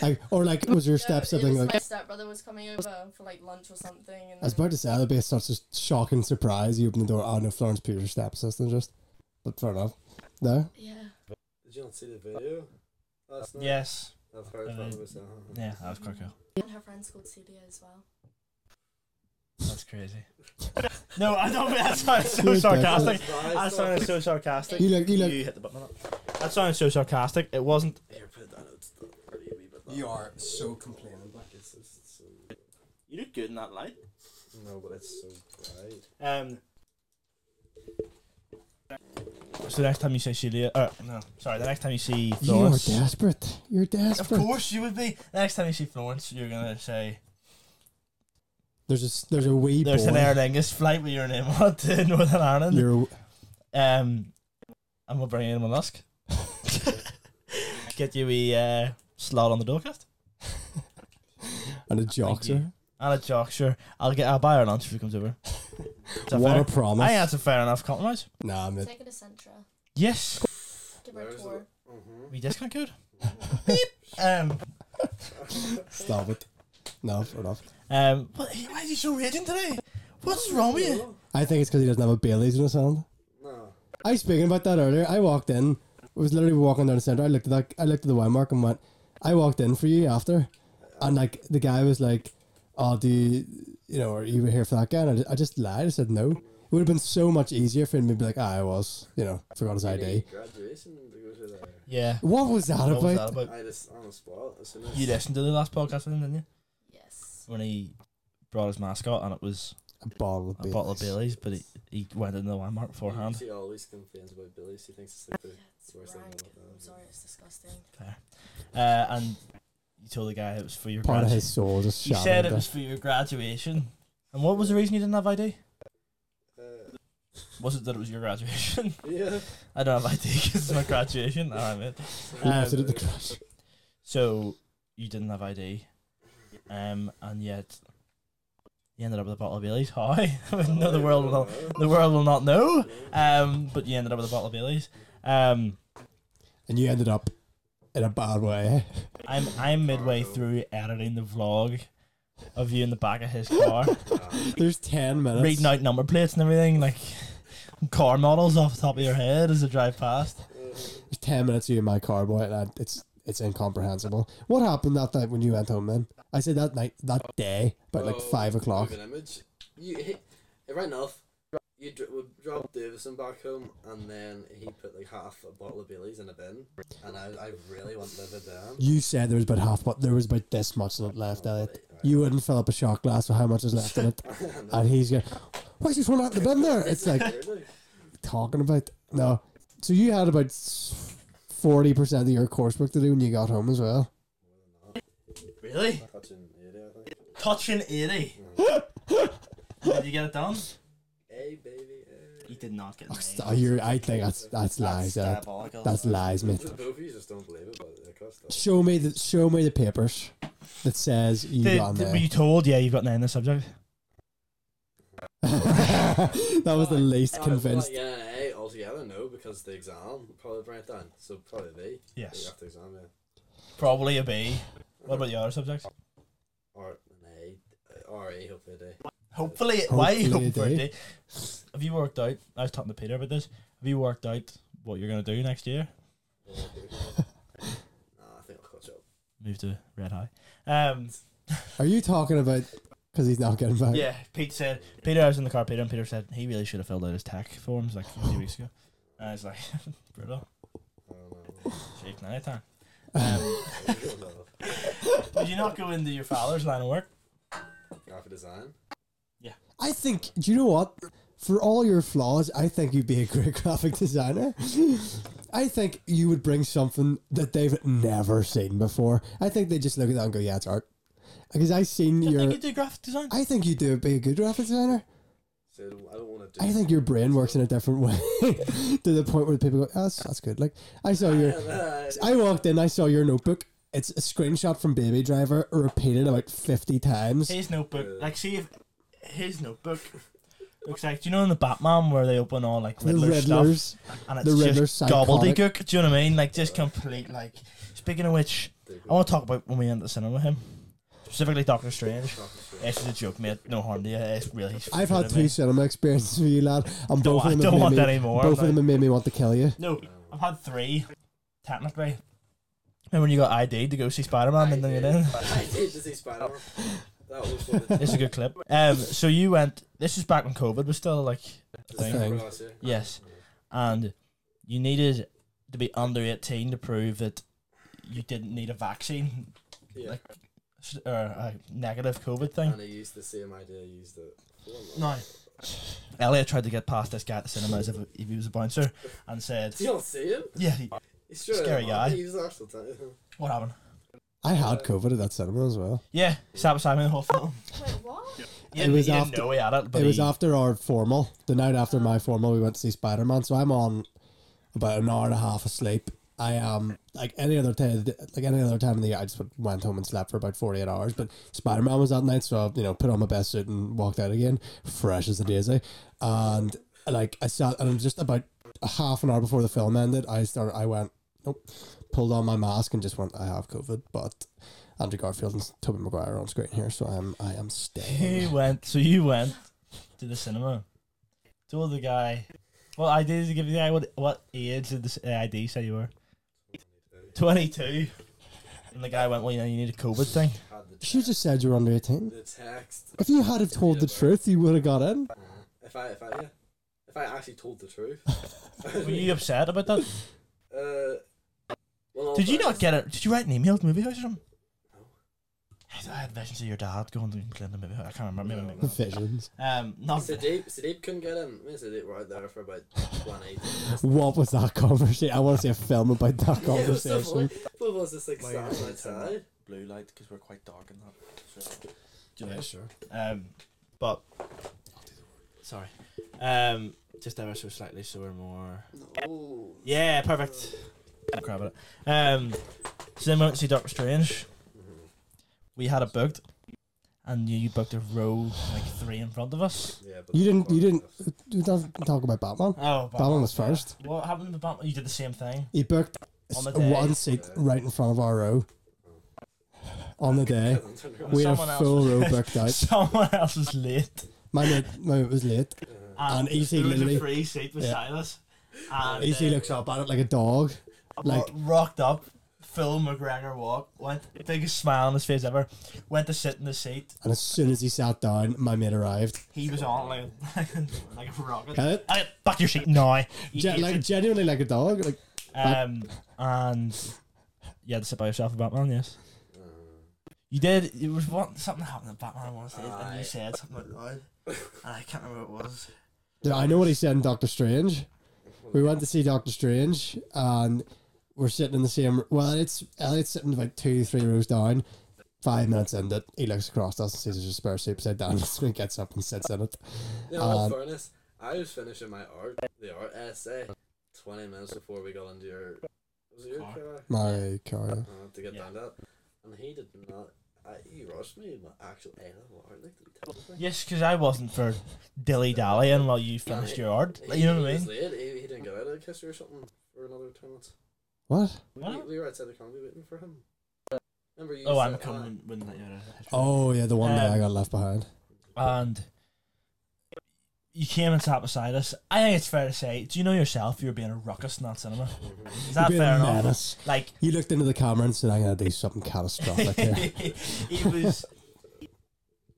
Speaker 3: like, or like, was your
Speaker 5: No,
Speaker 3: step
Speaker 5: it
Speaker 3: sibling
Speaker 5: was
Speaker 3: like?
Speaker 5: my stepbrother was coming over for like lunch or something, and
Speaker 3: I was
Speaker 5: then-
Speaker 3: about to say that'd be such a shocking surprise. You open the door, oh no, Florence Pugh's your step sister, just. But fair enough. No,
Speaker 5: yeah.
Speaker 4: Did you not see the video? Last night?
Speaker 2: yes.
Speaker 4: I've heard
Speaker 2: Uh,
Speaker 4: from it myself.
Speaker 2: Yeah, that was quite cool.
Speaker 5: And her friend's called Celia as well.
Speaker 2: That's crazy. no, I don't. That sounds so
Speaker 3: You're
Speaker 2: sarcastic.
Speaker 4: It's
Speaker 2: That
Speaker 4: nice, though.
Speaker 2: sounded so sarcastic.
Speaker 3: you look, you
Speaker 2: You
Speaker 3: look.
Speaker 2: hit the button. on it. That sounded so sarcastic. It wasn't.
Speaker 4: Here, put it down. It's the pretty wee bit. down.
Speaker 3: are so complaining.
Speaker 4: It's, it's, it's so,
Speaker 2: You look good in that light.
Speaker 4: no, but it's so bright.
Speaker 2: Um. So next time you see Celia, uh, no, sorry, the next time you see
Speaker 3: You are
Speaker 2: Florence,
Speaker 3: desperate. You're
Speaker 2: of
Speaker 3: desperate.
Speaker 2: course you would be. The next time you see Florence, you're gonna say
Speaker 3: There's a s- there's a wee
Speaker 2: there's
Speaker 3: boy.
Speaker 2: an Aer Lingus flight with your name on it to Northern Ireland.
Speaker 3: You're a-
Speaker 2: Um, and we'll bring in Mollusk. Get you a uh, slot on the doorcast
Speaker 3: and a joxer.
Speaker 2: and a jock. Sure, I'll get. I'll buy her lunch if she comes over. Is that
Speaker 3: What
Speaker 2: fair?
Speaker 3: a promise.
Speaker 2: I think that's a fair enough compromise.
Speaker 3: Nah, mate.
Speaker 5: Take her to Centra.
Speaker 2: Yes,
Speaker 5: Give her a
Speaker 4: Where's
Speaker 5: tour.
Speaker 2: we discount code. Beep. Um,
Speaker 3: Stop it. No, fair enough.
Speaker 2: um, but he- why is he so raging today? What's
Speaker 3: Oh,
Speaker 2: wrong with you?
Speaker 3: I think it's because he doesn't have a Bailey's in his hand.
Speaker 4: No.
Speaker 3: I was speaking about that earlier. I walked in. I was literally walking down the centre. I looked at that. I looked at the wine mark and went, "I walked in for you after," and like the guy was like, "Oh, do you, you know, are you were here for that guy?" And I just, I just lied. I said no. It would have been so much easier for him to be like, ah, "I was," you know, forgot his ID.
Speaker 4: Graduation to go to the.
Speaker 2: Yeah.
Speaker 3: What was that
Speaker 2: What
Speaker 3: about?
Speaker 2: was that about?
Speaker 4: I just on the spot as soon as.
Speaker 2: You listened to the last podcast with him, didn't you?
Speaker 5: Yes.
Speaker 2: When he brought his mascot and it was
Speaker 3: A bottle of
Speaker 2: a
Speaker 3: Baileys.
Speaker 2: bottle of Bailey's, but he, he went into the wine mark beforehand.
Speaker 4: She always complains about Billy. She thinks it's like the.
Speaker 5: Yeah, it's
Speaker 4: Where's that
Speaker 5: rank.
Speaker 4: one?
Speaker 5: I'm sorry, it's disgusting.
Speaker 2: Uh, and you told the guy it was for your
Speaker 3: Part of
Speaker 2: graduation.
Speaker 3: his soul just
Speaker 2: You
Speaker 3: shattered.
Speaker 2: said it
Speaker 3: there.
Speaker 2: was for your graduation. And what was the reason you didn't have ID?
Speaker 4: Uh,
Speaker 2: Was it that it was your graduation?
Speaker 4: yeah.
Speaker 2: I don't have ID because it's my graduation. Oh, All right, mate.
Speaker 3: He left it
Speaker 2: Um,
Speaker 3: at the crash.
Speaker 2: so you didn't have ID, um, and yet You ended up with a bottle of Bailey's. How? no, the world will not.
Speaker 4: Oh,
Speaker 2: The world will not know. Um, but you ended up with a bottle of Bailey's. Um,
Speaker 3: and you ended up in a bad way.
Speaker 2: I'm I'm midway through editing the vlog of you in the back of his car,
Speaker 3: There's ten minutes.
Speaker 2: reading out number plates and everything, like car models off the top of your head as I drive past.
Speaker 4: Uh-huh.
Speaker 3: There's ten minutes of you in my car, boy. And I, it's it's incomprehensible. What happened that night when you went home? Then I said that night, that day, about like
Speaker 4: Oh,
Speaker 3: five o'clock.
Speaker 4: Moving image. You hit, it ran off. You dr- we dropped Davison back home, and then he put like half a bottle of Bailey's in a bin, and I, I really want to live it down.
Speaker 3: You said there was about half, but there was about this much in it left, Elliot. You wouldn't fill up a shot glass with how much is left in it, and he's going, "Why's this one out in the bin there?" It's like
Speaker 4: Really?
Speaker 3: talking about no. So you had about forty percent of your coursework to do when you got home as well.
Speaker 2: Really?
Speaker 4: Touching area, I think.
Speaker 2: Touching eighty.
Speaker 3: Oh,
Speaker 2: Did you get it done?
Speaker 4: Hey, baby. Hey.
Speaker 2: You did not get
Speaker 3: Oh, st- you're, I think that's that's lies. Elliot. That's lies, mate.
Speaker 4: Both of you just don't believe it, but it cost us.
Speaker 3: Show me the show me the papers that says you
Speaker 2: Did,
Speaker 3: got
Speaker 2: did-
Speaker 3: there.
Speaker 2: were you told? Yeah, you've got nine in the subject.
Speaker 3: that was the least convinced.
Speaker 4: Like, yeah, hey, altogether, no, because the exam probably burnt down. So probably B.
Speaker 2: Yes.
Speaker 4: After exam, yeah.
Speaker 2: Probably a B. What about the other subjects?
Speaker 4: Or an A. Or A, hopefully a E, D.
Speaker 2: Hopefully, why hope
Speaker 3: Hopefully a
Speaker 2: for a
Speaker 3: day.
Speaker 2: day? Have you worked out? I was talking to Peter about this. Have you worked out what you're gonna do next year?
Speaker 4: Nah, I think I'll catch up.
Speaker 2: Move to Red High. Um,
Speaker 3: Are you talking about because he's not getting back?
Speaker 2: yeah, Pete said. Peter, I was in the car. Peter and Peter said he really should have filled out his tech forms like a few weeks ago. And I was like, brutal.
Speaker 4: I don't know.
Speaker 2: Shake night time. Um,
Speaker 4: I don't know.
Speaker 2: would you not go into your father's line of work?
Speaker 4: Graphic design.
Speaker 3: I think. Do you know what? For all your flaws, I think you'd be a great graphic designer. I think you would bring something that they've never seen before. I think they just look at that and go, "Yeah, it's art." Because I seen
Speaker 2: Do you
Speaker 3: your.
Speaker 2: think you do graphic design?
Speaker 3: uh, I think you do be a good graphic designer.
Speaker 4: So I don't want to do.
Speaker 3: I think your brain works in a different way to the point where people go, oh, that's, that's good. Like, I saw your, I walked in, I saw your notebook. It's a screenshot from Baby Driver repeated about 50 times.
Speaker 2: his notebook. Like, see if his notebook looks like. Do you know in the Batman where they open all like
Speaker 3: The
Speaker 2: Riddler stuff
Speaker 3: Riddlers.
Speaker 2: and it's
Speaker 3: the Riddler's
Speaker 2: just
Speaker 3: psychotic.
Speaker 2: gobbledygook? Do you know what I mean? Like, just complete. Like, speaking of which, I want to talk about when we went to the cinema with him, specifically Doctor Strange. It's just a joke, mate. No harm to you. It's really.
Speaker 3: I've had
Speaker 2: kidding me.
Speaker 3: two cinema experiences with you, lad. And both
Speaker 2: I
Speaker 3: of them
Speaker 2: don't
Speaker 3: have
Speaker 2: want
Speaker 3: made
Speaker 2: that
Speaker 3: me,
Speaker 2: anymore,
Speaker 3: Both
Speaker 2: like-
Speaker 3: of them have made me want to kill you.
Speaker 2: No, I've had three, technically. Remember when you got ID to go see Spider Man and then you didn't?
Speaker 4: I did to see Spider. That was for the
Speaker 2: It's a good clip. Um, so you went. This is back when COVID was still like a thing.
Speaker 3: thing.
Speaker 4: last year.
Speaker 2: Yes, and you needed to be under eighteen to prove that you didn't need a vaccine
Speaker 4: Yeah.
Speaker 2: Like- s- or a negative COVID thing.
Speaker 4: and I used the same idea. I used it.
Speaker 2: No. Elliot tried to get past this guy at the cinema as if, if he was a bouncer and said,
Speaker 4: Do you not see him?
Speaker 2: "Yeah, he-
Speaker 4: He's straight
Speaker 2: Scary
Speaker 4: up.
Speaker 2: guy.
Speaker 4: He was actually telling-
Speaker 2: what happened?
Speaker 3: I
Speaker 2: Uh,
Speaker 3: had COVID at that cinema as well.
Speaker 2: Yeah, sat beside me the whole film.
Speaker 5: Wait, what?
Speaker 2: He
Speaker 3: It
Speaker 2: didn't,
Speaker 3: was
Speaker 2: he didn't
Speaker 3: after-
Speaker 2: know he had it, but
Speaker 3: it was
Speaker 2: he-
Speaker 3: after our formal. The night after my formal, we went to see Spider Man. So I'm on about an hour and a half asleep. I am like any other time, like any other time of the year. I just went home and slept for about forty eight hours. But Spider Man was that night, so I you know put on my best suit and walked out again, fresh as a daisy. And like I sat and just about a half an hour before the film ended, I started. I went, nope, pulled on my mask and just went. I have COVID, but Andrew Garfield and Tobey Maguire are on screen here, so I'm I am staying.
Speaker 2: He went. So you went to the cinema. Told the guy. Well, I did give you the guy what what age did the ID say you were? Twenty two. And the guy went, well, you know, you need a COVID thing.
Speaker 4: Had the,
Speaker 3: She just said you were under 18.
Speaker 4: the text.
Speaker 3: If you had have told the truth, you would have got in.
Speaker 4: If I, if I, yeah. if I actually told the truth.
Speaker 2: Were you upset about that?
Speaker 4: Uh, well,
Speaker 2: Did you not
Speaker 4: first-
Speaker 2: get it? Did you write an email to movie house or something?
Speaker 4: No.
Speaker 2: I thought I had visions of your dad going to England and movie house. I can't remember. Maybe, maybe.
Speaker 3: Visions.
Speaker 2: Um, not
Speaker 4: Sadeep, Sadeep couldn't get in. Me and Sadeep were out there for about 180 minutes.
Speaker 3: What was that conversation? I want to see a film about that
Speaker 4: Yeah, it was so
Speaker 3: conversation.
Speaker 4: funny. Both of us just like
Speaker 6: Why
Speaker 4: standing
Speaker 6: is it
Speaker 4: outside.
Speaker 6: Blue light because we're quite dark in that. So.
Speaker 2: Yeah,
Speaker 3: sure.
Speaker 2: Um, but sorry. Um, just ever so slightly, so we're more.
Speaker 4: Ooh.
Speaker 2: Yeah, perfect. Crap at it. Um, so then we went to see Doctor Strange. We had it booked, and you, you booked a row like three in front of us.
Speaker 4: Yeah, but
Speaker 3: You didn't. You didn't. We don't talk about Batman.
Speaker 2: Oh,
Speaker 3: Batman was first.
Speaker 2: What happened to Batman? You did the same thing.
Speaker 3: He booked
Speaker 2: On the
Speaker 3: s-
Speaker 2: day.
Speaker 3: one seat right in front of our row. On the day, we had
Speaker 2: Someone
Speaker 3: a
Speaker 2: else
Speaker 3: full
Speaker 2: was-
Speaker 3: row booked out.
Speaker 2: Someone else was late,
Speaker 3: My mate, my mate was late. And easy
Speaker 2: there was
Speaker 3: literally-
Speaker 2: a free seat with
Speaker 3: Yeah. E
Speaker 2: Silas, and
Speaker 3: Easy looks up at it like a dog.
Speaker 2: like
Speaker 3: Like
Speaker 2: rocked up. Phil McGregor walked, went biggest smile on his face ever. Went to sit in the seat.
Speaker 3: And as soon as he sat down, my mate arrived.
Speaker 2: He was on like like a rocket.
Speaker 3: Got it?
Speaker 2: I, back to your seat now. You
Speaker 3: Gen- like
Speaker 2: idiot.
Speaker 3: genuinely like a dog. Like
Speaker 2: um, and you had to sit by yourself with Batman. Yes, you did. It was one something happened to Batman one day, and
Speaker 4: Aye.
Speaker 2: you said something out loud,
Speaker 4: Uh,
Speaker 2: and I can't remember what it was.
Speaker 3: Yeah, I know what he said in Doctor Strange. We went to see Doctor Strange and we're sitting in the same well, it's Elliot's sitting about two, three rows down. Five minutes into it, he looks across us and sees there's a spare seat beside Dan and gets up and sits in it.
Speaker 4: You know,
Speaker 3: Um,
Speaker 4: in fairness, I was finishing my art, the art essay, 20 minutes before we got into your. Was it your
Speaker 2: Car.
Speaker 4: car?
Speaker 3: My car.
Speaker 4: Uh, to get
Speaker 2: Yeah.
Speaker 4: down that. And he did not. I, he rushed me in my actual A level art. Like, did he tell us that?
Speaker 2: Yes, because I wasn't for dilly dallying while you finished your art.
Speaker 4: He-
Speaker 2: You know what
Speaker 4: he
Speaker 2: I
Speaker 4: was
Speaker 2: mean?
Speaker 4: late, He, he didn't get out of the kiss or something for another 10 minutes.
Speaker 3: What?
Speaker 4: We,
Speaker 2: What?
Speaker 4: we were outside the comedy waiting for him. Remember you?
Speaker 2: Oh, I'm
Speaker 4: said-
Speaker 2: coming when, when you're
Speaker 3: Oh yeah, the one that I
Speaker 2: Um,
Speaker 3: got left behind.
Speaker 2: and you came and sat beside us. I think it's fair to say, do you know yourself you were being a ruckus in that cinema? Is that
Speaker 3: You're being
Speaker 2: fair
Speaker 3: a
Speaker 2: enough?
Speaker 3: menace.
Speaker 2: Like
Speaker 3: You looked into the camera and said, I'm gonna do something catastrophic here.
Speaker 2: he was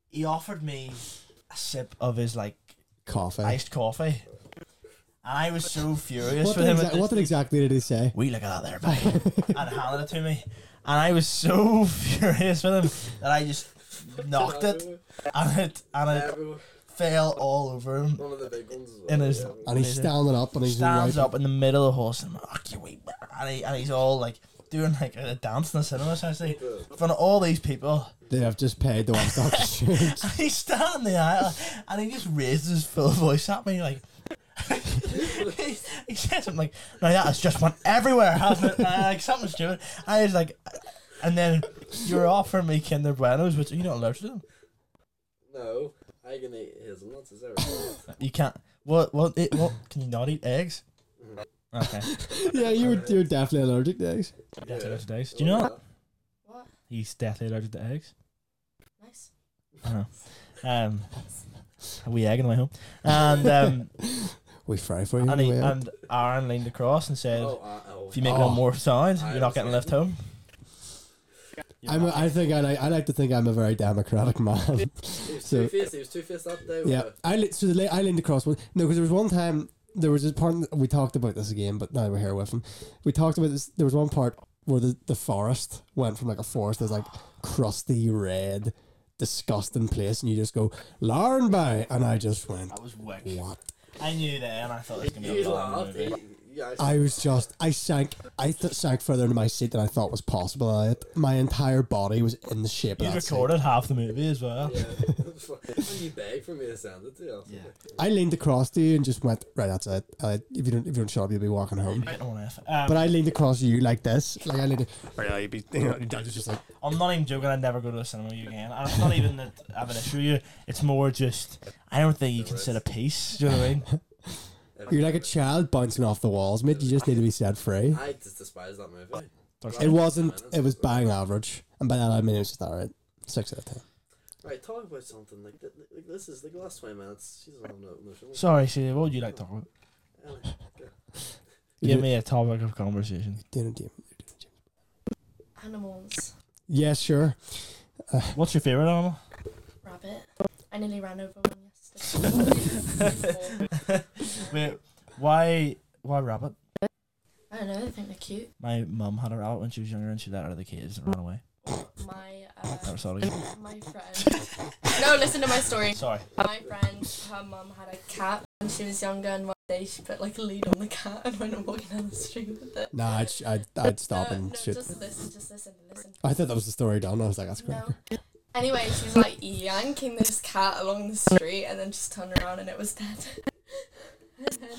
Speaker 2: he offered me a sip of his like
Speaker 3: Coffee.
Speaker 2: iced coffee. And I was so furious
Speaker 3: What,
Speaker 2: with
Speaker 3: did
Speaker 2: him.
Speaker 3: exa-
Speaker 2: at this-
Speaker 3: what did exactly did he say?
Speaker 2: we look at that there, buddy. and handed it to me. And I was so furious with him that I just knocked it
Speaker 4: Everywhere-
Speaker 2: and it and it
Speaker 4: everywhere.
Speaker 2: fell all over him.
Speaker 4: One of the big ones. as well,
Speaker 2: In his-
Speaker 4: yeah.
Speaker 3: And he's
Speaker 2: Amazing.
Speaker 3: standing up and he's
Speaker 2: Stands
Speaker 3: wiping-
Speaker 2: up in the middle of the horse and "Fuck you, wee man." and, he, and he's all like doing like a dance in the cinema essentially in front of all these people.
Speaker 3: They have just paid the one Doctor Strange.
Speaker 2: And he's standing there and he just raises his full voice at me like he, he says something like no that has just went everywhere hasn't it Uh, like something stupid I was like and then you're offering me Kinder Buenos which you don't allergic to them
Speaker 4: No, I can eat his nuts as everything.
Speaker 2: you can't what what it, what can you not eat eggs okay
Speaker 3: yeah, you were, you were definitely allergic to eggs.
Speaker 2: deathly allergic to eggs do you know that
Speaker 5: What?
Speaker 2: he's deathly allergic to eggs
Speaker 5: Nice.
Speaker 2: I know um a wee egg in my home and um
Speaker 3: We fry for you.
Speaker 2: and, he,
Speaker 3: we are.
Speaker 2: and Aaron leaned across and said
Speaker 4: Oh, uh, oh.
Speaker 2: If you make one
Speaker 3: Oh.
Speaker 2: more sound,
Speaker 4: I
Speaker 2: you're not getting left home.
Speaker 3: I'm a, I think I like, I like to think I'm a very democratic man.
Speaker 4: He was
Speaker 3: So-
Speaker 4: two faced. He was two faced that day.
Speaker 3: yeah,
Speaker 4: wasn't he?
Speaker 3: I li- so the la- I leaned across one. No, because there was one time there was this part we talked about this again, but now we're here with him. We talked about this. There was one part where the, the forest went from like a forest that's like crusty red, disgusting place, and you just go Larn by, and I just went
Speaker 2: That was wick.
Speaker 3: what.
Speaker 2: I knew that, and I thought it was gonna
Speaker 4: He "Oh,
Speaker 2: be a long
Speaker 4: laughed. He,
Speaker 2: movie.
Speaker 4: yeah,
Speaker 3: I was just, I sank, I th- sank further into my seat than I thought was possible. I, my entire body was in the shape of
Speaker 2: You
Speaker 3: that seat.
Speaker 2: recorded half the movie as well.
Speaker 4: Yeah. when you beg for me to send it to you.
Speaker 2: Yeah.
Speaker 3: I leaned across to you and just went, right, that's it. Uh, if you don't, if you don't shut up, you'll be walking
Speaker 2: I'm
Speaker 3: home.
Speaker 2: getting one F. Um,
Speaker 3: But I leaned across you like this, like I leaned. Right, now Oh, you'd be, you know, your dad was just like,
Speaker 2: I'm not even joking. I'd never go to a cinema with you again. And it's not even that I have an issue. with You, it's more just I don't think you can sit a piece. Do you know what I mean?
Speaker 3: you're like a child bouncing off the walls, mate. You just need to be set free.
Speaker 4: I just despise that movie.
Speaker 3: It wasn't. It was bang average, and by that I mean it was just alright. Six out of ten.
Speaker 4: Right, talk about something like that. Like this is like the last twenty minutes. She doesn't have no emotion.
Speaker 2: Sorry, Celia. What would you like to talk about?
Speaker 4: Ellie, go.
Speaker 2: Give me a topic of conversation.
Speaker 3: Dinner, dinner, dinner.
Speaker 5: Animals.
Speaker 3: Yeah, sure.
Speaker 2: What's your favorite animal?
Speaker 5: Rabbit. I nearly ran over one yesterday.
Speaker 2: Wait, why? Why rabbit?
Speaker 5: I don't know, they think they're cute.
Speaker 2: My mum had a rabbit when she was younger, and she let it out of the cage and ran away.
Speaker 5: My uh,
Speaker 2: Never saw it again.
Speaker 5: my friend. No, listen to my story.
Speaker 2: Sorry.
Speaker 5: My friend, her mum had a cat when she was younger, and one day she put like a lead on the cat and went walking down the street with it. Uh,
Speaker 3: Nah, I'd, sh- I'd, I'd stop
Speaker 5: no,
Speaker 3: and
Speaker 5: no,
Speaker 3: shoot.
Speaker 5: just listen, just listen, listen.
Speaker 3: I thought that was the story done. I was like, that's great.
Speaker 5: No. Anyway, she was like yanking this cat along the street, and then just turned around and it was dead. and then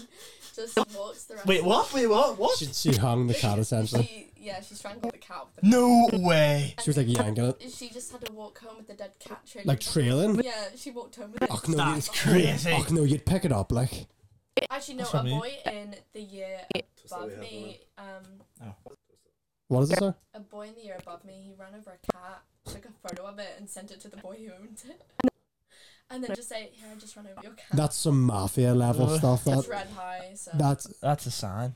Speaker 5: just walks the rest.
Speaker 2: Wait, what? Wait, what? What?
Speaker 3: She, she hung the cat essentially.
Speaker 5: She, Yeah, she strangled the cat with the
Speaker 2: No way.
Speaker 3: She was like yanking it,
Speaker 5: She just had to walk home with the dead cat trailing.
Speaker 3: like trailing.
Speaker 5: yeah, she walked home with it.
Speaker 3: Och, no,
Speaker 2: That's
Speaker 3: you'd,
Speaker 2: crazy.
Speaker 3: och, no, you'd pick it up like.
Speaker 5: Actually, no,
Speaker 2: That's
Speaker 5: a
Speaker 2: what I mean.
Speaker 5: boy in the year
Speaker 4: that we
Speaker 5: above
Speaker 4: have
Speaker 5: me, um,
Speaker 3: What is it, sir?
Speaker 5: a boy in the year above me, he ran over a cat, took a photo of it, and sent it to the boy who owned it. And then just say, here, I just ran over your cat.
Speaker 3: That's some mafia level
Speaker 2: Ugh.
Speaker 3: stuff.
Speaker 5: It's
Speaker 3: That
Speaker 5: red high, so.
Speaker 3: that's
Speaker 2: That's uh, a sign.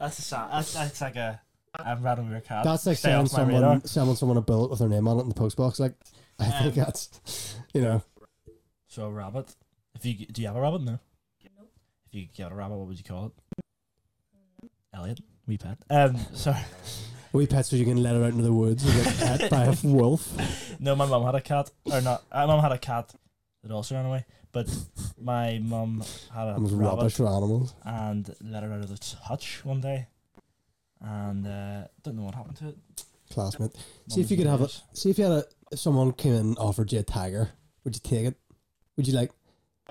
Speaker 2: That's a sign. That's, that's like a. I'm rattling your cat.
Speaker 3: that's like
Speaker 2: Stay
Speaker 3: selling
Speaker 2: off my radar.
Speaker 3: someone selling someone a bullet with their name on it in the post box. Like, I think
Speaker 2: Um,
Speaker 3: that's you know.
Speaker 2: So a rabbit. If you do you have a rabbit? No.
Speaker 5: Nope.
Speaker 2: If you get a rabbit, what would you call it? Elliot, we pet. Um, sorry.
Speaker 3: We pets so you can let it out into the woods and get pet by a wolf.
Speaker 2: No, my mum had a cat, or not. My mum had a cat that also ran away. But my mum had a
Speaker 3: It was
Speaker 2: rabbit
Speaker 3: rubbish for animals.
Speaker 2: and let her out of the hutch one day, and uh, don't know what happened to it.
Speaker 3: Classmate. See
Speaker 2: Mum
Speaker 3: if you could have a
Speaker 2: was
Speaker 3: see if you had a if someone came in and offered you a tiger, would you take it? Would you like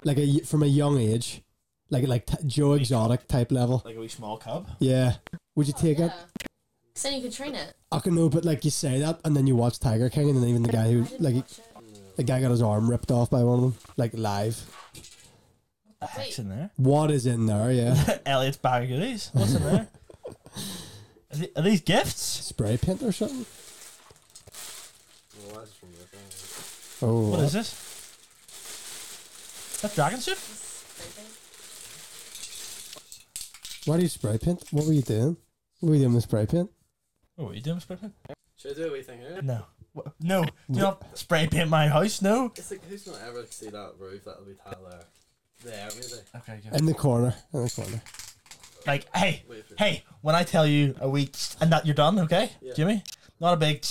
Speaker 3: like a y- from a young age, like like t- Joe Exotic type level?
Speaker 2: like a wee small cub.
Speaker 3: Yeah. Would
Speaker 5: Oh,
Speaker 3: you take it?
Speaker 5: So then you could train it.
Speaker 3: I can know, but like you say that, and then you watch Tiger King, and then even the guy
Speaker 5: I
Speaker 3: who
Speaker 5: didn't
Speaker 3: like
Speaker 5: watch it.
Speaker 3: the guy got his arm ripped off by one of them, like live.
Speaker 2: What the heck's in there?
Speaker 3: What is in there? Yeah,
Speaker 2: Elliot's bag of goodies. What's in there? Are the- Are these gifts?
Speaker 3: spray paint or something.
Speaker 4: Well, that's from the thing.
Speaker 3: Oh,
Speaker 2: What is this? Is that dragon ship?
Speaker 5: It's creepy.
Speaker 3: why do you spray paint? What were you doing? What were you doing with spray paint?
Speaker 2: Oh, what are you doing, spray paint?
Speaker 4: Should I do a wee thing here?
Speaker 2: No. What- No, do not spray paint my house, no.
Speaker 4: It's like, who's gonna ever see that roof? That'll be Tyler. There, maybe.
Speaker 2: Okay, go.
Speaker 3: In the corner, in the corner.
Speaker 2: Like, hey,
Speaker 4: Wait for
Speaker 2: hey, when I tell you a week and that you're done, okay?
Speaker 4: Yeah.
Speaker 2: Jimmy? Not a big.
Speaker 4: Like,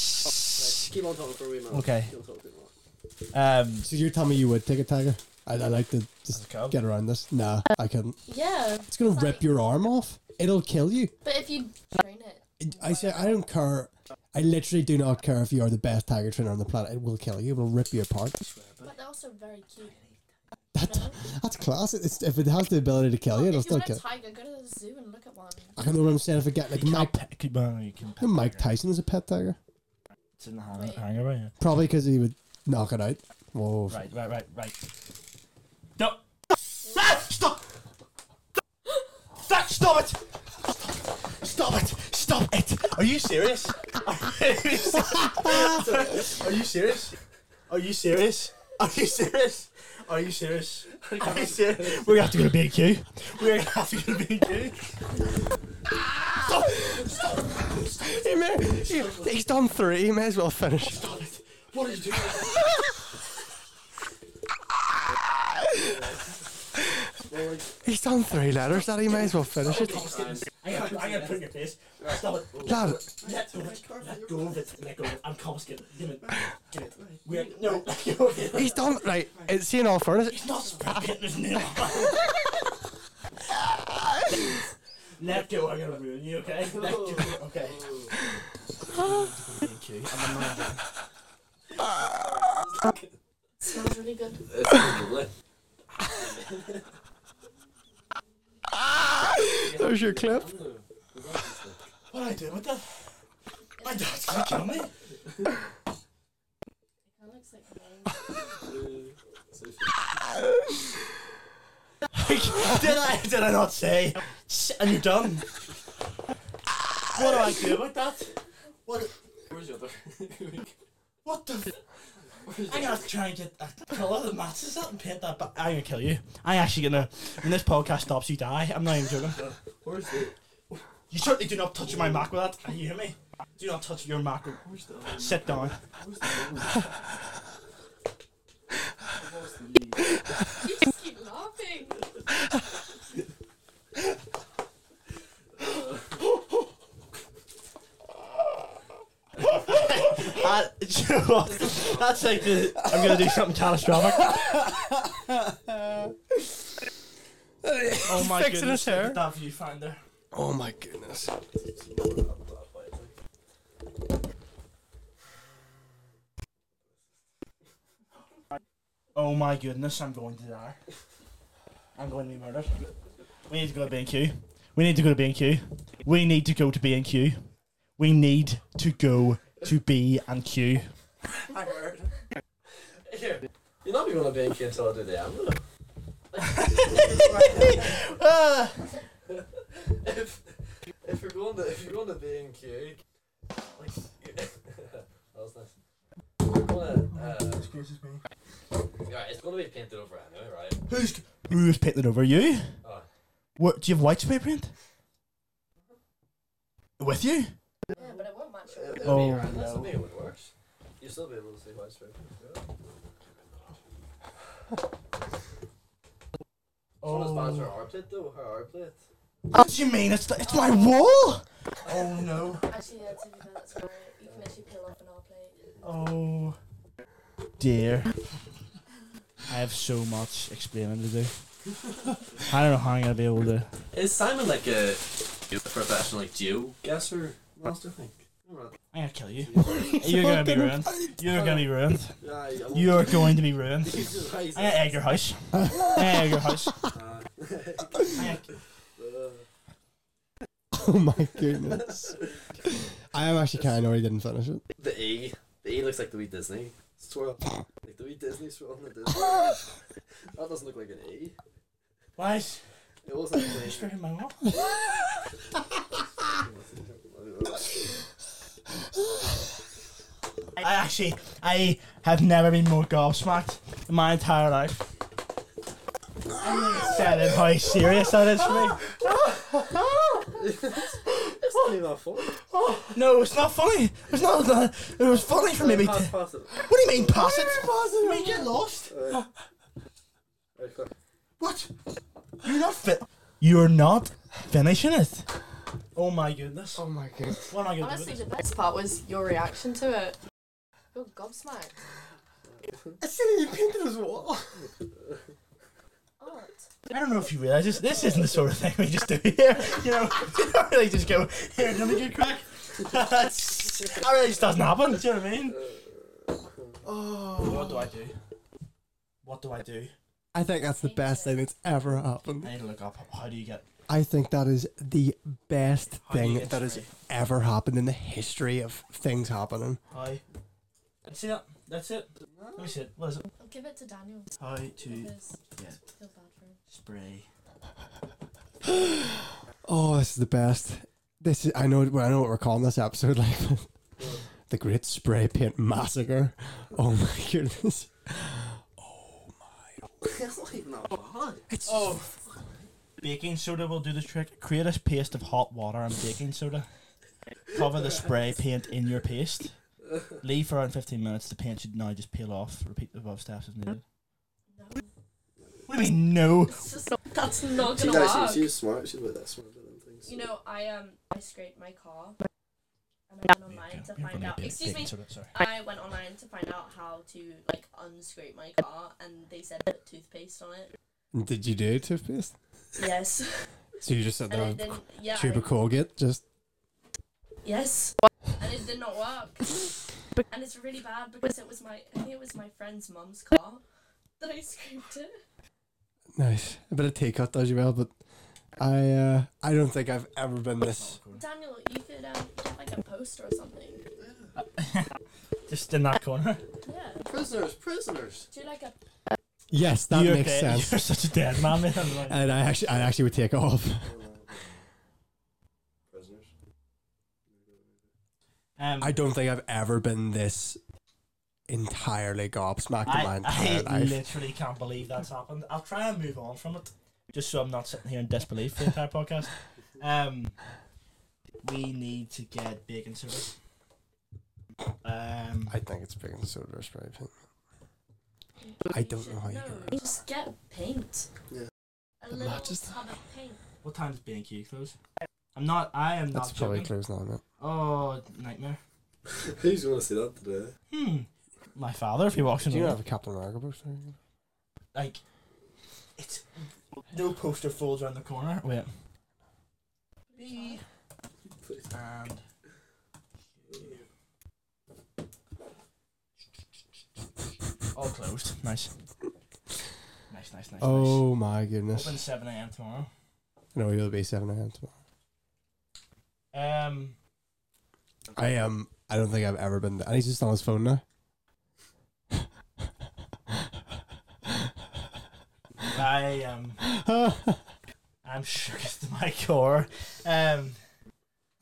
Speaker 4: keep on talking for a wee minute.
Speaker 2: Okay.
Speaker 4: Keep on talking for a wee minute.
Speaker 2: Um,
Speaker 3: So you're telling me you would take a tiger? I, I like to just
Speaker 2: As a cub?
Speaker 3: get around this. Nah, I couldn't.
Speaker 5: Yeah,
Speaker 3: It's gonna rip your arm off. It'll kill you.
Speaker 5: but if you train it,
Speaker 3: It- I say I don't care. I literally do not care if you are the best tiger trainer on the planet. It will kill you. It will rip you apart.
Speaker 5: but they're also very cute.
Speaker 3: That, that's class. It's, if it has the ability to kill you, it'll
Speaker 5: if you
Speaker 3: Oh, still
Speaker 5: want a
Speaker 3: kill.
Speaker 5: tiger, go to the zoo and look at one.
Speaker 3: I know what I'm saying. If it get like
Speaker 2: you can't
Speaker 3: Mike,
Speaker 2: pe- keep- well, you can
Speaker 3: you
Speaker 2: pet
Speaker 3: know Mike
Speaker 2: tiger.
Speaker 3: Tyson is a pet tiger,
Speaker 2: It's in the hang- hangar, right? Yeah.
Speaker 3: probably because he would knock it out. Whoa!
Speaker 2: Right, right, right, right. No. Ah, stop! Stop! Stop it! Stop it! Stop it! Are you serious?
Speaker 6: Are you serious? Are you serious? Are you serious? Are you serious? Are you serious?
Speaker 2: We're gonna have to go to BQ. We're gonna have to go to BQ.
Speaker 8: He may, he, he's done three. He may as well finish.
Speaker 6: What are you doing?
Speaker 8: He's done three letters. That he may as well finish it.
Speaker 2: I gotta, I gotta put it in your face. Stop it.
Speaker 8: Lad,
Speaker 2: Let, let go of it. Let go of it. I'm confiscating it. Give it. Give it. We're, no, let go of it.
Speaker 8: he's done right. It's seeing all fairness.
Speaker 2: It's not sprocket, there's no. Let go, I'm gonna ruin you, okay? Let go, okay. Thank you. I'm not gonna-
Speaker 5: Smells really good.
Speaker 4: It's lovely.
Speaker 8: There's your clip.
Speaker 2: What are I doing with that? My dad's gonna kill me.
Speaker 5: That looks like
Speaker 2: did I did I not say? Shh, And you're done. What do I do about that? What?
Speaker 4: Where's the other?
Speaker 2: What the? F- I'm gonna try and get a colour of the matches up and paint that. But I'm gonna kill you. I'm actually gonna. When this podcast stops, you die. I'm not even joking.
Speaker 4: Where's the?
Speaker 2: You certainly do not touch my Mac with that. Can you hear me? Do not touch your Mac. with-
Speaker 4: Where's the?
Speaker 2: Sit down.
Speaker 5: You just keep laughing.
Speaker 2: I, do you know what? That's like the, I'm gonna do something catastrophic. oh my
Speaker 8: fixing
Speaker 2: goodness!
Speaker 8: his hair.
Speaker 2: Look at that viewfinder.
Speaker 8: Oh my goodness.
Speaker 2: Oh my goodness! I'm going to die. I'm going to be murdered. We need to go to B and Q. We need to go to B and Q. We need to go to B and Q. We need to go to B and Q.
Speaker 4: I heard. Here, you're not even gonna be in kids all day, am you? if if you're going to if you're going to be in queue, like you- that was nice. If You're gonna uh,
Speaker 6: Excuses me.
Speaker 4: right, it's gonna be painted over anyway, right?
Speaker 2: Who's who's painted over you?
Speaker 4: Oh.
Speaker 2: What do you have white spray paint? With you?
Speaker 5: Yeah, but it won't match.
Speaker 4: It'll,
Speaker 5: your-
Speaker 4: it'll
Speaker 2: Oh,
Speaker 4: be around. That's the
Speaker 2: no.
Speaker 4: thing. It works. You'll still be able to see why it's right. Oh. It's not as bad as our R plate though. Our R plate.
Speaker 2: What do you mean? It's the, it's my wall.
Speaker 6: Oh no.
Speaker 5: Actually, yeah, to be fair, that's right. You can actually peel off an R plate.
Speaker 2: Oh dear. I have so much explaining to do. I don't know how I'm gonna be able to.
Speaker 4: Is Simon like a professional like geo guesser? Master, I think.
Speaker 2: I'm gonna kill you. You're gonna be ruined. You're gonna be ruined.
Speaker 4: Yeah,
Speaker 2: You're going to be ruined. I'm gonna egg your house. I'm gonna egg your house.
Speaker 3: Oh my goodness. I am actually kind of already didn't finish it.
Speaker 4: The E. The E looks like the wee Disney swirl. Like the wee Disney swirl in the Disney. that doesn't look like an E.
Speaker 2: Why is
Speaker 4: It was like
Speaker 2: she
Speaker 4: an
Speaker 2: spraying my wall? I actually, I have never been more gobsmacked in my entire life. Said it how serious that is for me.
Speaker 4: It's not even that funny.
Speaker 2: No, it's not funny. It's not. that- It was funny for maybe.
Speaker 4: Pass,
Speaker 2: What
Speaker 4: pass it.
Speaker 2: do you mean, pass it? We get lost.
Speaker 4: Right, quick.
Speaker 2: What? You're not fit. You're not finishing it. Oh my goodness.
Speaker 3: Oh my goodness.
Speaker 2: What am I gonna do?
Speaker 5: Honestly,
Speaker 2: With
Speaker 5: the best part was your reaction to it. You're gobsmacked.
Speaker 3: I see you painted his wall.
Speaker 5: Art.
Speaker 2: this? I don't know if you realize this. This isn't the sort of thing we just do here. You know, you don't really just go here. Let me get crack. That's that really just doesn't happen. Do you know what I mean? Oh. What do I do? What do I do?
Speaker 3: I think that's the best thing that's ever happened.
Speaker 2: I need to look up. How do you get?
Speaker 3: I think that is the best
Speaker 2: How do you
Speaker 3: thing
Speaker 2: get
Speaker 3: Oh, that has
Speaker 2: three?
Speaker 3: ever happened in the history of things happening.
Speaker 2: Hi. That's it. That's it. Let me see it. What is it?
Speaker 5: I'll give it to Daniel
Speaker 2: How to
Speaker 5: because
Speaker 2: Yeah.
Speaker 5: I feel bad for him.
Speaker 2: spray?
Speaker 3: Oh, this is the best. This is I know I know what we're calling this episode like the Great Spray Paint Massacre. Oh my goodness. Oh,
Speaker 4: It's not even that bad.
Speaker 3: It's
Speaker 2: Oh. Baking soda will do the trick. Create a paste of hot water and baking soda. Cover the spray paint in your paste. Leave for around 15 minutes. The paint should now just peel off. Repeat the above steps if needed.
Speaker 5: No,
Speaker 2: What do you mean, no?
Speaker 5: it's just not, that's not
Speaker 4: She,
Speaker 5: gonna
Speaker 4: no,
Speaker 5: work.
Speaker 4: she, she's smart. She's about that smart. I don't think so.
Speaker 5: You know, I um, I scraped my car, and I went online to
Speaker 2: You're
Speaker 5: find
Speaker 2: gonna
Speaker 5: out.
Speaker 2: be a
Speaker 5: Excuse
Speaker 2: baking
Speaker 5: me.
Speaker 2: soda, sorry.
Speaker 5: I went online to find out how to like unscrape my car, and they said put toothpaste on it.
Speaker 3: Did you do toothpaste?
Speaker 5: Yes,
Speaker 3: So you just said
Speaker 5: and
Speaker 3: there
Speaker 5: it didn't. Yeah,
Speaker 3: tube of
Speaker 5: I-
Speaker 3: Colgate just
Speaker 5: yes, and it did not work. And it's really bad because it was my, I think it was my friend's mum's car that I scraped it.
Speaker 3: nice. A bit of teacut does you well, but I uh, I don't think I've ever been this
Speaker 5: Daniel, you could um, get like a poster or something.
Speaker 2: Just in that corner.
Speaker 5: Yeah,
Speaker 4: Prisoners, prisoners.
Speaker 5: do like a
Speaker 3: Yes, that
Speaker 2: You're
Speaker 3: makes
Speaker 2: okay.
Speaker 3: sense.
Speaker 2: You're such a dead man, man. um,
Speaker 3: And I actually I actually would take off.
Speaker 4: Prisoners.
Speaker 2: Um,
Speaker 3: I don't think I've ever been this entirely gobsmacked in my entire
Speaker 2: I
Speaker 3: life.
Speaker 2: literally can't believe that's happened. I'll try and move on from it, just so I'm not sitting here in disbelief for the entire podcast. Um, we need to get bacon soda. Um,
Speaker 3: I think it's big and soda or spray paint. I don't know how you
Speaker 5: No,
Speaker 3: do
Speaker 5: just get paint.
Speaker 4: Yeah.
Speaker 5: A
Speaker 3: The
Speaker 5: little
Speaker 3: matches-
Speaker 5: tub of paint.
Speaker 2: what time does B and Q close? I'm not. I am
Speaker 3: That's
Speaker 2: not
Speaker 3: probably
Speaker 2: joking.
Speaker 3: close now, mate.
Speaker 2: Oh nightmare.
Speaker 4: Who's gonna see that today?
Speaker 2: Hmm. My father, if he walks
Speaker 3: Do
Speaker 2: in,
Speaker 3: you
Speaker 2: the
Speaker 3: not
Speaker 2: room,
Speaker 3: have a Captain America poster?
Speaker 2: like, it's no poster folds around the corner. Wait. B and Q. All closed. Nice. Nice, nice, nice.
Speaker 3: Oh my
Speaker 2: nice.
Speaker 3: goodness.
Speaker 2: Open 7 a.m. tomorrow.
Speaker 3: No, you'll be 7 a.m. tomorrow.
Speaker 2: Um,
Speaker 3: I am. I don't think I've ever been. And he's just on his phone now.
Speaker 2: I am. I'm shook to my core. Um,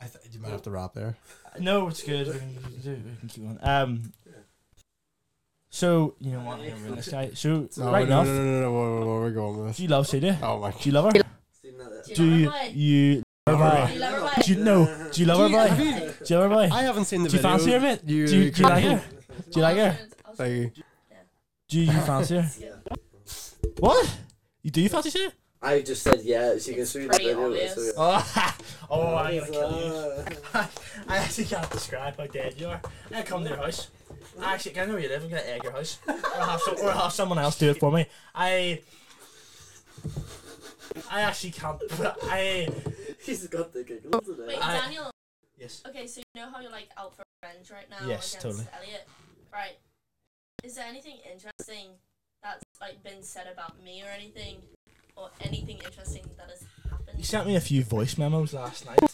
Speaker 3: I th- you might have to wrap there.
Speaker 2: no, it's good. We can, we can do- we can keep going. Um, so you know what? I don't really- this guy. So
Speaker 3: No,
Speaker 2: right
Speaker 3: no,
Speaker 2: now,
Speaker 3: no, no, no, no. Where, where, where are we going with
Speaker 2: do
Speaker 3: this?
Speaker 2: you love Sadie?
Speaker 3: Oh my
Speaker 2: Do you love her?
Speaker 4: Seen that?
Speaker 5: Do
Speaker 2: Do
Speaker 5: you
Speaker 2: you,
Speaker 5: love her boy?
Speaker 2: you love her?
Speaker 5: Do you love her boy?
Speaker 2: Do you know? Do you love her boy?
Speaker 3: you-
Speaker 2: Do you love her boy?
Speaker 3: I haven't seen the
Speaker 2: Do you
Speaker 3: video.
Speaker 2: fancy her, mate?
Speaker 3: You
Speaker 2: do, you, do you like her? Do you like her?
Speaker 5: I'll show
Speaker 3: Thank
Speaker 5: you.
Speaker 3: you.
Speaker 2: Do you fancy her? What? You do you fancy her?
Speaker 4: I just said yeah. She can see the
Speaker 5: pretty
Speaker 4: video.
Speaker 5: obvious.
Speaker 4: so-
Speaker 2: Oh, oh I'm gonna kill you.
Speaker 4: Uh,
Speaker 2: I actually can't describe how dead you are. I come to your house. I actually I know where you live. I'm gonna egg your house, or have, some, or have someone else do it for me. I, I actually can't. I
Speaker 4: He's got the giggles today.
Speaker 5: Wait,
Speaker 2: I-
Speaker 5: Daniel.
Speaker 2: yes.
Speaker 5: Okay, so you know how you're like out for revenge right now
Speaker 2: Yes,
Speaker 5: against
Speaker 2: totally.
Speaker 5: Elliot, right? Is there anything interesting that's like been said about me or anything, or anything interesting that has
Speaker 2: You
Speaker 5: happened?
Speaker 2: sent me a few voice memos last night. Do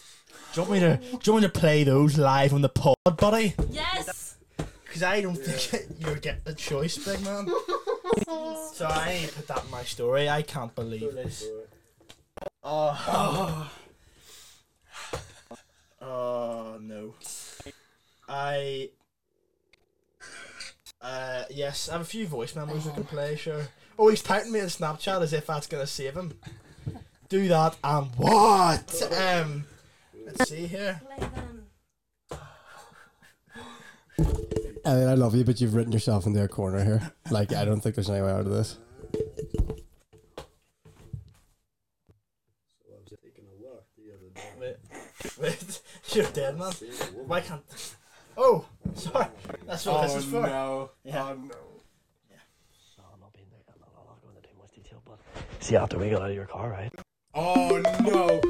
Speaker 2: you want me to? Do you want me to play those live on the pod, buddy?
Speaker 5: Yes.
Speaker 2: Because I don't think you're getting the choice, big man. so I ain't put that in my story. I can't believe this. Oh. Oh no. I. Uh yes, I have a few voice memos I can play. Sure. Oh, he's typing me in Snapchat as if that's gonna save him. Do that and what? Um, let's see here.
Speaker 5: Play them.
Speaker 3: Elliot, I love you, but you've written yourself into a corner here. Like, I don't think there's any way out of this.
Speaker 4: I was taking a walk the other day.
Speaker 2: Wait, wait, you're dead, man.
Speaker 4: Seen a woman.
Speaker 2: Why can't? Oh, sorry. That's what this is for.
Speaker 3: Oh, no.
Speaker 2: Yeah.
Speaker 3: Oh, no.
Speaker 10: Oh, I'm not being I'm not, I'm not going into too much detail, but see after we got out of your car, right?
Speaker 3: Oh, no.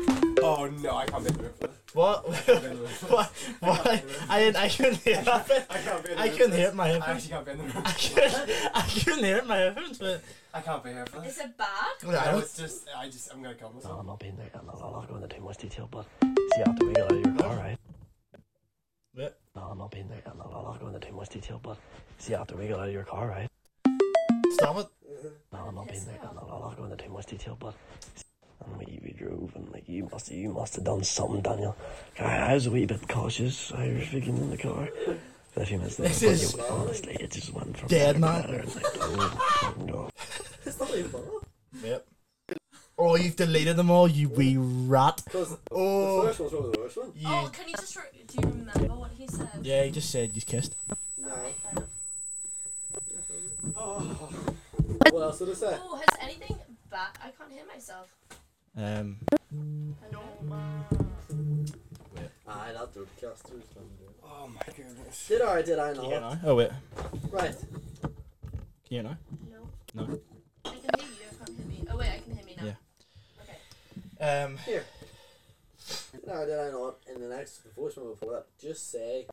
Speaker 3: Oh, no. I can't be the rip.
Speaker 2: What? what? What? I didn't. I couldn't hear that bit.
Speaker 3: I can't be
Speaker 2: I couldn't hear it in my headphones.
Speaker 3: can't be in the rip.
Speaker 2: I couldn't. I couldn't hear it in my headphones. But
Speaker 3: I can't be here for
Speaker 5: Is it bad?
Speaker 2: I don't.
Speaker 3: just, I just, I'm going to kill
Speaker 10: No, I'm not being I'm not, I'm not going into too much detail, but see after we got out of your car, right?
Speaker 2: What?
Speaker 10: No, I'm not being I'm not, I'm not going into too much detail, but see after we got out of your car, right?
Speaker 2: Stop it.
Speaker 10: No, I'm not being I'm not, I'm not going into too much detail, but. And we, we drove, and like you must, you must have done something, Daniel. I, I was a wee bit cautious. I was thinking in the car. But a few minutes later,
Speaker 2: This
Speaker 10: but
Speaker 2: is-
Speaker 10: you- honestly, it just went from
Speaker 2: Dead
Speaker 10: better
Speaker 2: man.
Speaker 10: to better, and, like, oh, no.
Speaker 2: Yep. Oh, you've deleted them all, you wee rat.
Speaker 4: 'Cause the
Speaker 2: Oh,
Speaker 4: first one's probably the worst one.
Speaker 2: you.
Speaker 5: Oh, can you just re- do you remember what he said?
Speaker 2: Yeah, you just said you kissed.
Speaker 5: Alright, fair enough.
Speaker 4: What else did I say?
Speaker 5: Oh, has anything bad? I can't hear myself.
Speaker 2: Um.
Speaker 4: Aye, Ah, that Dorpcasters.
Speaker 3: Oh, my goodness.
Speaker 4: Did I? Did I
Speaker 2: Can
Speaker 4: not?
Speaker 2: you hear now? Oh wait. Can
Speaker 4: Right.
Speaker 2: you hear now?
Speaker 5: No.
Speaker 2: No.
Speaker 5: I can hear you. I can't hear me. Oh wait, I can hear me now.
Speaker 2: Yeah. Um.
Speaker 4: Did I? Did I not? In the next voice memo before that, just say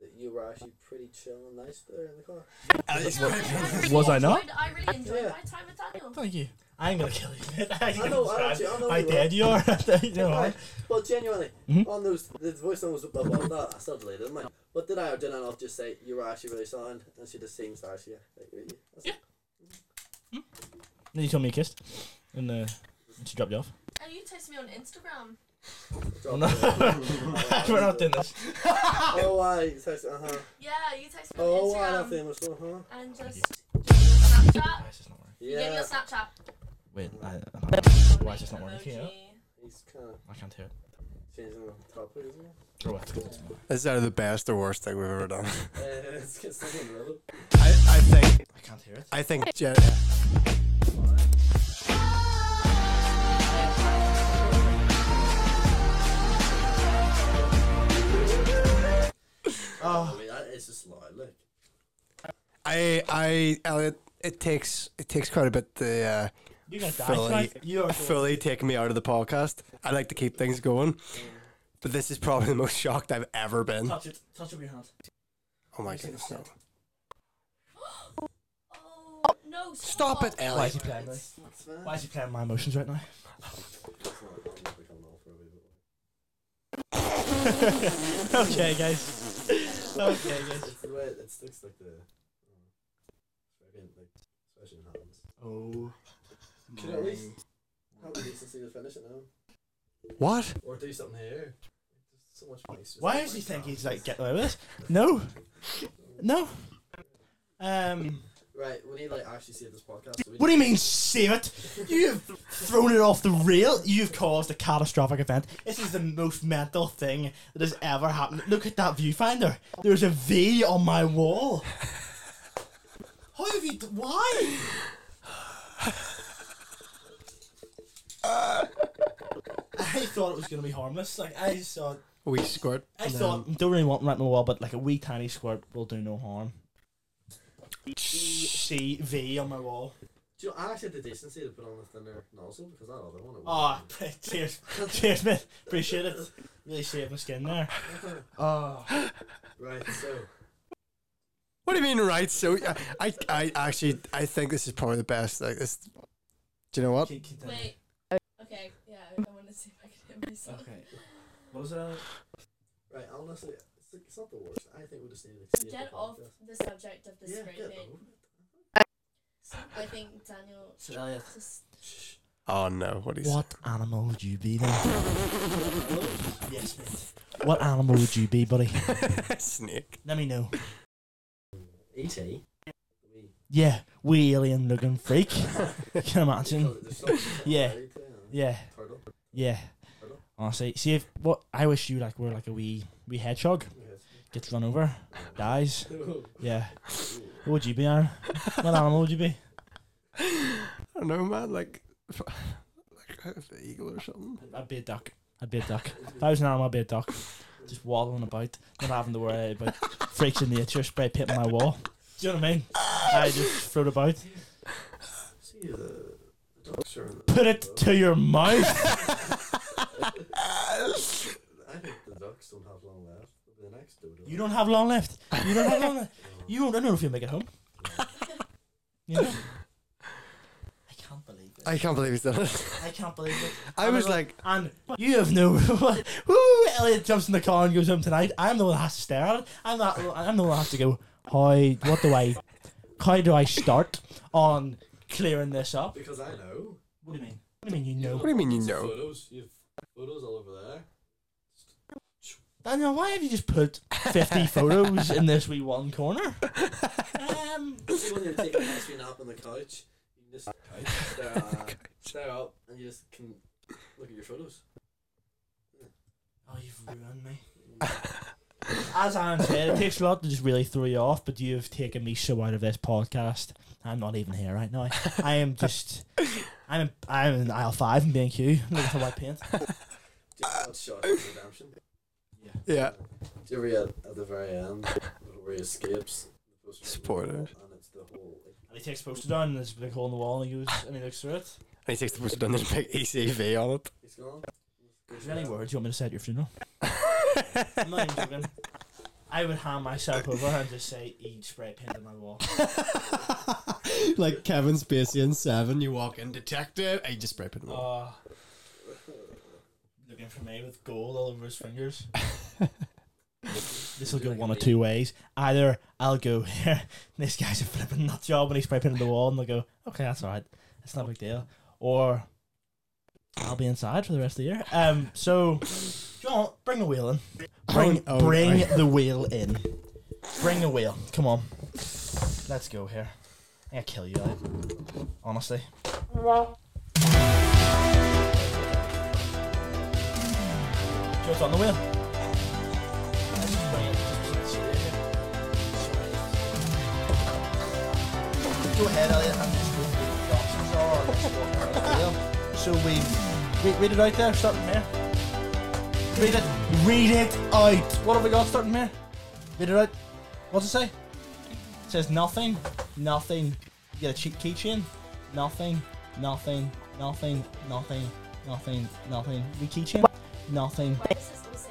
Speaker 4: that you were actually pretty chill and nice there in the car.
Speaker 5: No, I- I really
Speaker 2: Was I not?
Speaker 5: enjoyed- I really enjoyed
Speaker 4: Yeah.
Speaker 5: my time with Daniel.
Speaker 2: Thank you. I'm gonna kill you. mate. I
Speaker 4: I know.
Speaker 2: can't
Speaker 4: I actually, I know.
Speaker 2: describe how
Speaker 4: you were.
Speaker 2: dead you are. you know
Speaker 4: Right.
Speaker 2: what?
Speaker 4: Well, genuinely,
Speaker 2: Mhm.
Speaker 4: on those the voice memos blah blah blah. I still deleted them. Like, but did I or did I not just say you were actually really sound and she just seems to actually like really? That's it.
Speaker 2: Then you told me you kissed, and uh, she dropped you off.
Speaker 5: And Oh, you texted me on Instagram.
Speaker 4: Drop
Speaker 2: no.
Speaker 4: it.
Speaker 2: We're not doing this.
Speaker 4: Oh, I text. Uh huh.
Speaker 5: Yeah, you texted me on
Speaker 4: Oh, I love
Speaker 5: Instagram.
Speaker 4: famous. Uh huh.
Speaker 5: and just Snapchat.
Speaker 2: Why is this not working?
Speaker 5: You gave me
Speaker 4: Yeah.
Speaker 5: a Snapchat.
Speaker 2: Wait, I, I'm not, why is this not working? Can you hear it?
Speaker 5: Emoji.
Speaker 4: He's kind of
Speaker 2: I can't hear it.
Speaker 4: changing the topic, isn't he?
Speaker 2: Or what?
Speaker 8: Is that the best or worst thing we've ever done?
Speaker 4: Uh, it's it's something relevant.
Speaker 8: I, I think
Speaker 2: I can't hear it.
Speaker 8: I think Je-
Speaker 2: Oh.
Speaker 4: I mean, that is just loud. Look.
Speaker 8: I I Elliot it takes it takes quite a bit to uh,
Speaker 2: You're gonna die
Speaker 8: Fully-
Speaker 2: tonight. You are.
Speaker 8: fully take me out of the podcast. I like to keep things going, but this is probably the most shocked I've ever been.
Speaker 2: Touch it. Touch it with your hands.
Speaker 8: Oh my goodness! No.
Speaker 5: Oh no!
Speaker 8: Stop it,
Speaker 2: Why
Speaker 8: Elliot.
Speaker 2: is he playing me?
Speaker 4: That's fine.
Speaker 2: Why is he playing my emotions right now?
Speaker 4: It's not- I'm not becoming old for a wee bit.
Speaker 2: okay, guys. Okay, guys.
Speaker 4: It's the way it sticks like the. Fucking, like, especially in hands.
Speaker 6: Oh.
Speaker 4: Can at least have the decency to finish it now?
Speaker 8: What?
Speaker 4: Or do something here? There's so much waste. Just
Speaker 2: Why
Speaker 4: like
Speaker 2: does he
Speaker 4: waste
Speaker 2: think
Speaker 4: time.
Speaker 2: he's like getting away with this? No, no. Um,
Speaker 4: Right, we need like actually see this podcast. so we
Speaker 2: what do
Speaker 4: need-
Speaker 2: you mean save it? You've thrown it off the rail. You've caused a catastrophic event. This is the most mental thing that has ever happened. Look at that viewfinder. There's a V on my wall. How have you? d- Why?
Speaker 8: Uh,
Speaker 2: I thought it was gonna be harmless. Like I thought.
Speaker 8: We squirt.
Speaker 2: I thought um, don't really want right in the wall, but like a wee tiny squirt will do no harm. E C V on my wall.
Speaker 4: Do you know, I actually had the decency to put on a thinner nozzle because that other one. it
Speaker 2: Ah,
Speaker 4: wouldn't.
Speaker 2: cheers, cheers, man. Appreciate it. Really saved my skin there. Oh,
Speaker 4: Right, so
Speaker 8: What do you mean, right? So I, I, I actually, I think this is probably the best. Like this. Do you know what?
Speaker 2: keep- keep that.
Speaker 5: Wait. Okay, yeah, I want to see if I can hear myself.
Speaker 2: Okay. What was that?
Speaker 4: right, honestly, it's, it's not the worst. I think we just need to see
Speaker 5: Get
Speaker 4: the
Speaker 5: off
Speaker 4: podcast.
Speaker 5: the subject of the
Speaker 4: Yeah, get
Speaker 5: screaming.
Speaker 4: over it.
Speaker 5: I think Daniel
Speaker 2: So, Elliot,
Speaker 5: just
Speaker 8: Oh no! What is?
Speaker 2: what animal would you be then? yes, mate. What animal would you be, buddy?
Speaker 8: Snake.
Speaker 2: Let me know.
Speaker 4: E.T. We-
Speaker 2: Yeah, we alien looking freak. Can you imagine?
Speaker 4: there's something
Speaker 2: Yeah.
Speaker 4: already to, uh,
Speaker 2: Yeah.
Speaker 4: Turtle.
Speaker 2: Yeah.
Speaker 4: Hello?
Speaker 2: Honestly, see if what I wish you like were like a wee wee hedgehog
Speaker 4: Yes.
Speaker 2: gets run over, dies.
Speaker 4: Ooh.
Speaker 2: Yeah. What would you be, Aaron? What animal would you be?
Speaker 8: I don't know, man. Like, like an eagle or something.
Speaker 2: I'd be a duck. I'd be a duck. If I was an animal, I'd be a duck. Just waddling about, not having to worry about freaks in nature spray painting my wall. Do you know what I mean? I just float about.
Speaker 4: See uh, the the doctor. and the-
Speaker 2: Put it to your mouth.
Speaker 4: I think the ducks don't have long left. They'll be The next uh, dodo.
Speaker 2: You don't have long left. You don't have long left. You don't, I don't know if you'll make it home. You know? I can't believe it.
Speaker 8: I can't believe he's done it.
Speaker 2: I can't believe it.
Speaker 8: I was like,
Speaker 2: And you have no. Woo! Elliot jumps in the car and goes home tonight. I'm the one that has to stare at it. I'm not. I'm the one that has to go. How? What do I? How do I start on clearing this up?
Speaker 4: Because I know.
Speaker 2: What do you mean? What do you mean? You
Speaker 8: what
Speaker 2: know,
Speaker 8: do you mean you
Speaker 4: It's
Speaker 8: know?
Speaker 4: Photos. You have photos all over there.
Speaker 2: Daniel? Why have you just put fifty photos in this wee one corner? Um,
Speaker 4: See when you're taking a nice wee nap on the couch, you can just stare, at, stare up and you just can look at your photos.
Speaker 2: oh, you've ruined me. As Aaron said, it takes a lot to just really throw you off, but you have taken me so out of this podcast. I'm not even here right now. I am just. I'm I'm in aisle five in B&Q looking for white paint.
Speaker 4: Just that shot of redemption.
Speaker 8: Yeah.
Speaker 4: Do you ever at, at the very end where he escapes? the poster on the
Speaker 8: Spoilers.
Speaker 4: wall, And it's the whole. Like,
Speaker 2: And he takes poster down and there's a big hole in the wall and he goes and he looks through it.
Speaker 8: And he takes the poster down. There's a big ECV on it.
Speaker 4: he's gone.
Speaker 2: Is there any words you want me to say at your funeral? I'm not even joking. I would hand myself over and just say he spray painted my wall.
Speaker 3: like Kevin Spacey in Seven, you walk in, detective, and you just spray paint.
Speaker 2: Oh. Looking for me with gold all over his fingers. Oh. This will go one of two ways. Either I'll go here, this guy's a flipping nut job when he's spray painting the wall, and they'll go, okay, that's alright, it's not a big deal. Or I'll be inside for the rest of the year. Um, so, John, bring a wheel in. Bring,
Speaker 3: Oh, oh,
Speaker 2: bring
Speaker 3: right.
Speaker 2: the wheel in. Bring a wheel. Come on, let's go here. I'm gonna kill you, Elliot. honestly. Just on the wheel. Go ahead, Elliot. I'm just going through the options are. Let's walk around the wheel. So we read, read it out there, starting here. Read it. Read it out. What have we got starting here? Read it out. What's it say? It says nothing, nothing. You get a cheap keychain. Nothing, nothing, nothing, nothing, nothing, nothing. We keychain. Nothing
Speaker 5: why does this one say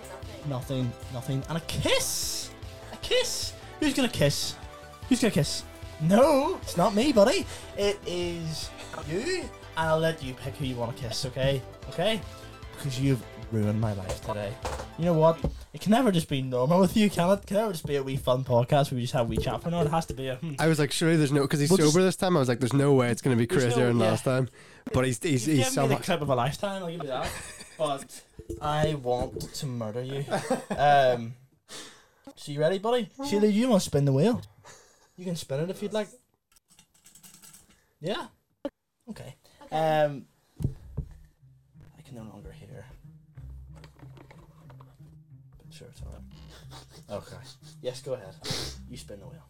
Speaker 5: nothing?
Speaker 2: nothing, nothing, and a kiss. A kiss. Who's gonna kiss? Who's gonna kiss? No, it's not me, buddy. It is you. And I'll let you pick who you want to kiss. Okay, okay, because you've ruined my life today. You know what? It can never just be normal with you, can it? Can never just be a wee fun podcast where we just have a wee chat for an hour. It has to be a. Hmm.
Speaker 8: I was like, surely there's no because he's
Speaker 2: We'll just-
Speaker 8: sober this time. I was like, there's no way it's gonna be
Speaker 2: There's no-
Speaker 8: crazier than
Speaker 2: yeah.
Speaker 8: last time. But he's he's
Speaker 2: You've
Speaker 8: he's
Speaker 2: given me the
Speaker 8: somewhat.
Speaker 2: clip of a lifetime. I'll give you that. but I want to murder you. Um. So you ready, buddy? Sheila, you want to spin the wheel? You can spin it if you'd like. Yeah. Okay. Um. I can no longer hear. But sure, it's alright. Okay. Yes, go ahead. You spin the wheel.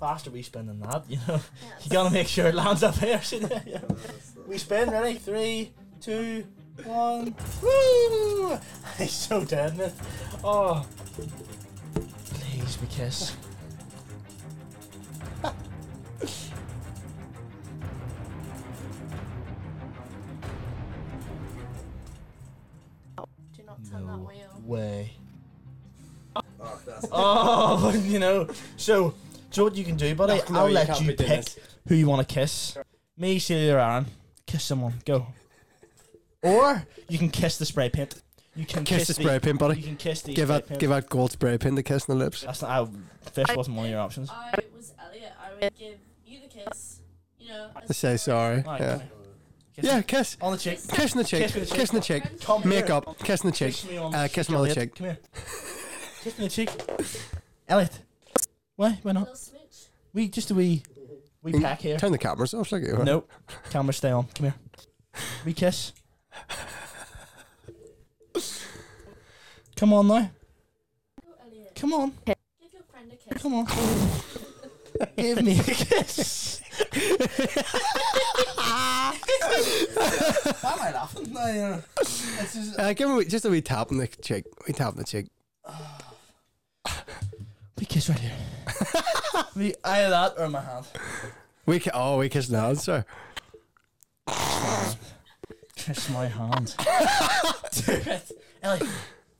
Speaker 2: Faster we spin than that, you know. You gotta make sure it lands up here. so that- yeah. We spin, ready? Three, two, one. Woo! He's so dead, man. Oh. Please, we kiss.
Speaker 5: Do not turn that wheel.
Speaker 2: Way.
Speaker 4: Oh, that's
Speaker 2: Oh, you know. So, so what you can do, buddy?
Speaker 8: No,
Speaker 2: I'll
Speaker 8: you
Speaker 2: let
Speaker 8: can't
Speaker 2: you
Speaker 8: be doing
Speaker 2: pick
Speaker 8: this.
Speaker 2: who you want to kiss. Me, Celia, or Aaron. Kiss someone. Go. Or you can kiss the spray paint. You can
Speaker 8: Kiss
Speaker 2: kiss,
Speaker 8: the spray paint, buddy.
Speaker 2: You can kiss the
Speaker 8: Give
Speaker 2: spray
Speaker 8: out
Speaker 2: paint.
Speaker 8: give out gold spray paint to kiss on the lips.
Speaker 2: That's not how. Fish wasn't one of your options.
Speaker 5: I was Elliot. I would give you the kiss. You know.
Speaker 8: To say sorry.
Speaker 2: Right,
Speaker 8: Yeah.
Speaker 2: come here. Kiss
Speaker 8: Yeah,
Speaker 2: me.
Speaker 8: kiss.
Speaker 2: On the cheek.
Speaker 8: Kissing the cheek.
Speaker 2: Kiss with the
Speaker 8: Kissing the cheek.
Speaker 2: Come here.
Speaker 8: Makeup. Kissing the cheek.
Speaker 2: Kiss me on
Speaker 8: Uh,
Speaker 2: the
Speaker 8: kiss
Speaker 2: cheek,
Speaker 8: me on the
Speaker 2: Elliot.
Speaker 8: cheek.
Speaker 2: Come here. kiss me on the cheek. Elliot. Why? Why not?
Speaker 5: Little smooch.
Speaker 2: We just a wee, wee
Speaker 8: Mm.
Speaker 2: pack here.
Speaker 8: Turn the cameras off. Like you.
Speaker 2: Nope. Camera stay on. Come here. We kiss. Come on now.
Speaker 5: Go, Elliot.
Speaker 2: Come on.
Speaker 5: Give your friend a kiss.
Speaker 2: Come on. Give me a kiss. Why am I laughing? No, you know. It's just,
Speaker 8: Uh, give him a wee- just a wee tap on the cheek. We tap on the cheek.
Speaker 2: we kiss right here. we either that or my hand.
Speaker 8: We ki- oh we kiss now, sir.
Speaker 2: Kiss my hand. Elliot,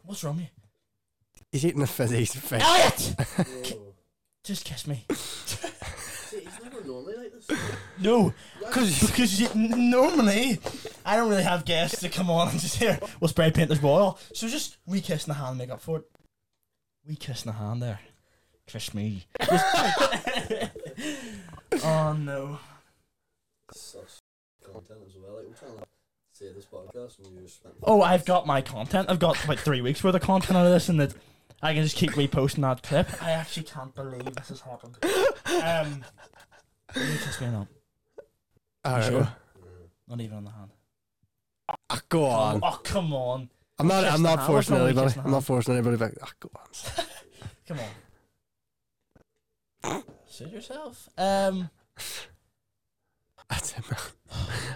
Speaker 2: what's wrong with you?
Speaker 8: He's eating the fizzy fish.
Speaker 2: Elliot! Just kiss me.
Speaker 4: See, he's never normally like this.
Speaker 2: No,
Speaker 8: Because
Speaker 2: because you, n- normally I don't really have guests that come on and just here. We'll spray paint this wall. So just we kiss in the hand and make up for it. We kiss in the hand there. Kiss me. oh no.
Speaker 4: Such content as well. Like, we're trying to say this podcast and you're spent.
Speaker 2: Oh, I've got my content. I've got about three weeks worth of content out of this, and that I can just keep reposting that clip. I actually can't believe this has happened. Um, will you kiss me or not?
Speaker 8: Alright,
Speaker 2: Sure.
Speaker 8: well,
Speaker 2: Not even on the hand.
Speaker 8: ah, go on.
Speaker 2: Oh come on.
Speaker 8: I'm not.
Speaker 2: kiss
Speaker 8: I'm
Speaker 2: the
Speaker 8: not
Speaker 2: hand.
Speaker 8: forcing
Speaker 2: What's wrong with
Speaker 8: anybody.
Speaker 2: kissing the
Speaker 8: I'm not
Speaker 2: hand?
Speaker 8: forcing anybody. Back. Ah, go on.
Speaker 2: Come on. Suit yourself. Um,
Speaker 8: That's him.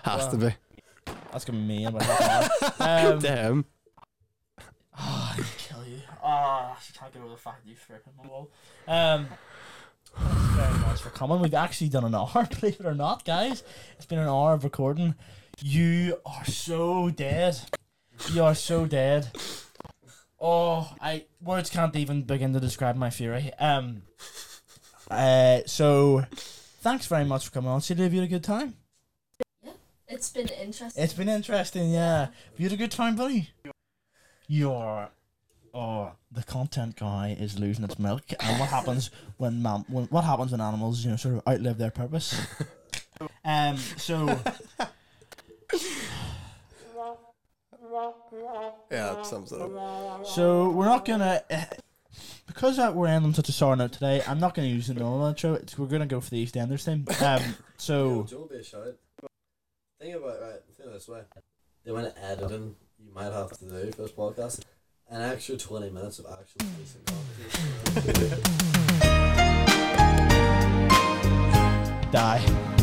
Speaker 8: Has
Speaker 2: Wow.
Speaker 8: to be.
Speaker 2: that's gonna be me. I'm gonna
Speaker 3: Ehm,
Speaker 2: um,
Speaker 8: Damn.
Speaker 2: oh, I'd kill you. Ah, I can't get over the fact that you've broken my wall. Um, thank you very much for coming. We've actually done an hour, believe it or not, guys. It's been an hour of recording. You are so dead. You are so dead. Oh, I words can't even begin to describe my fury. Um,
Speaker 3: eh.
Speaker 2: uh, so thanks very much for coming on. Celia, have you had a good time?
Speaker 5: It's been interesting.
Speaker 2: It's been interesting, yeah. Have you had a good time, buddy? You're. Oh, the content guy is losing its milk. And what happens when, mam- when what happens when animals, you know, sort of outlive their purpose? um. So
Speaker 8: Yeah, that sums it up.
Speaker 2: so we're not gonna. eh, because uh, we're ending on such a sour note today, I'm not gonna use the normal intro. It's, we're gonna go for the East Enders thing. Um.
Speaker 4: Yo,
Speaker 2: So
Speaker 4: do you want to be a shout? Think about it, right? Think of it this way. The amount of editing you might have to do for this podcast, an extra 20 minutes of actual decent conversation.
Speaker 2: die.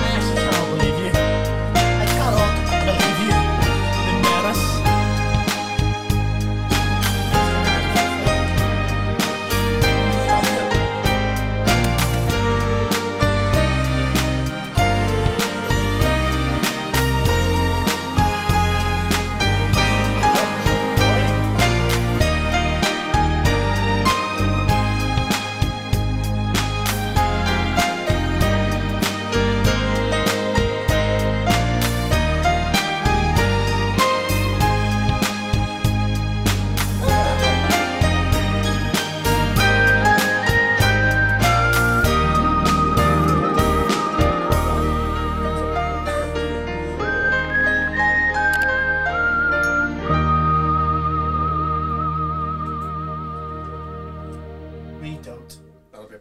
Speaker 2: I actually cannot believe you. I cannot believe you. The menace.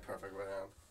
Speaker 8: perfect right hand.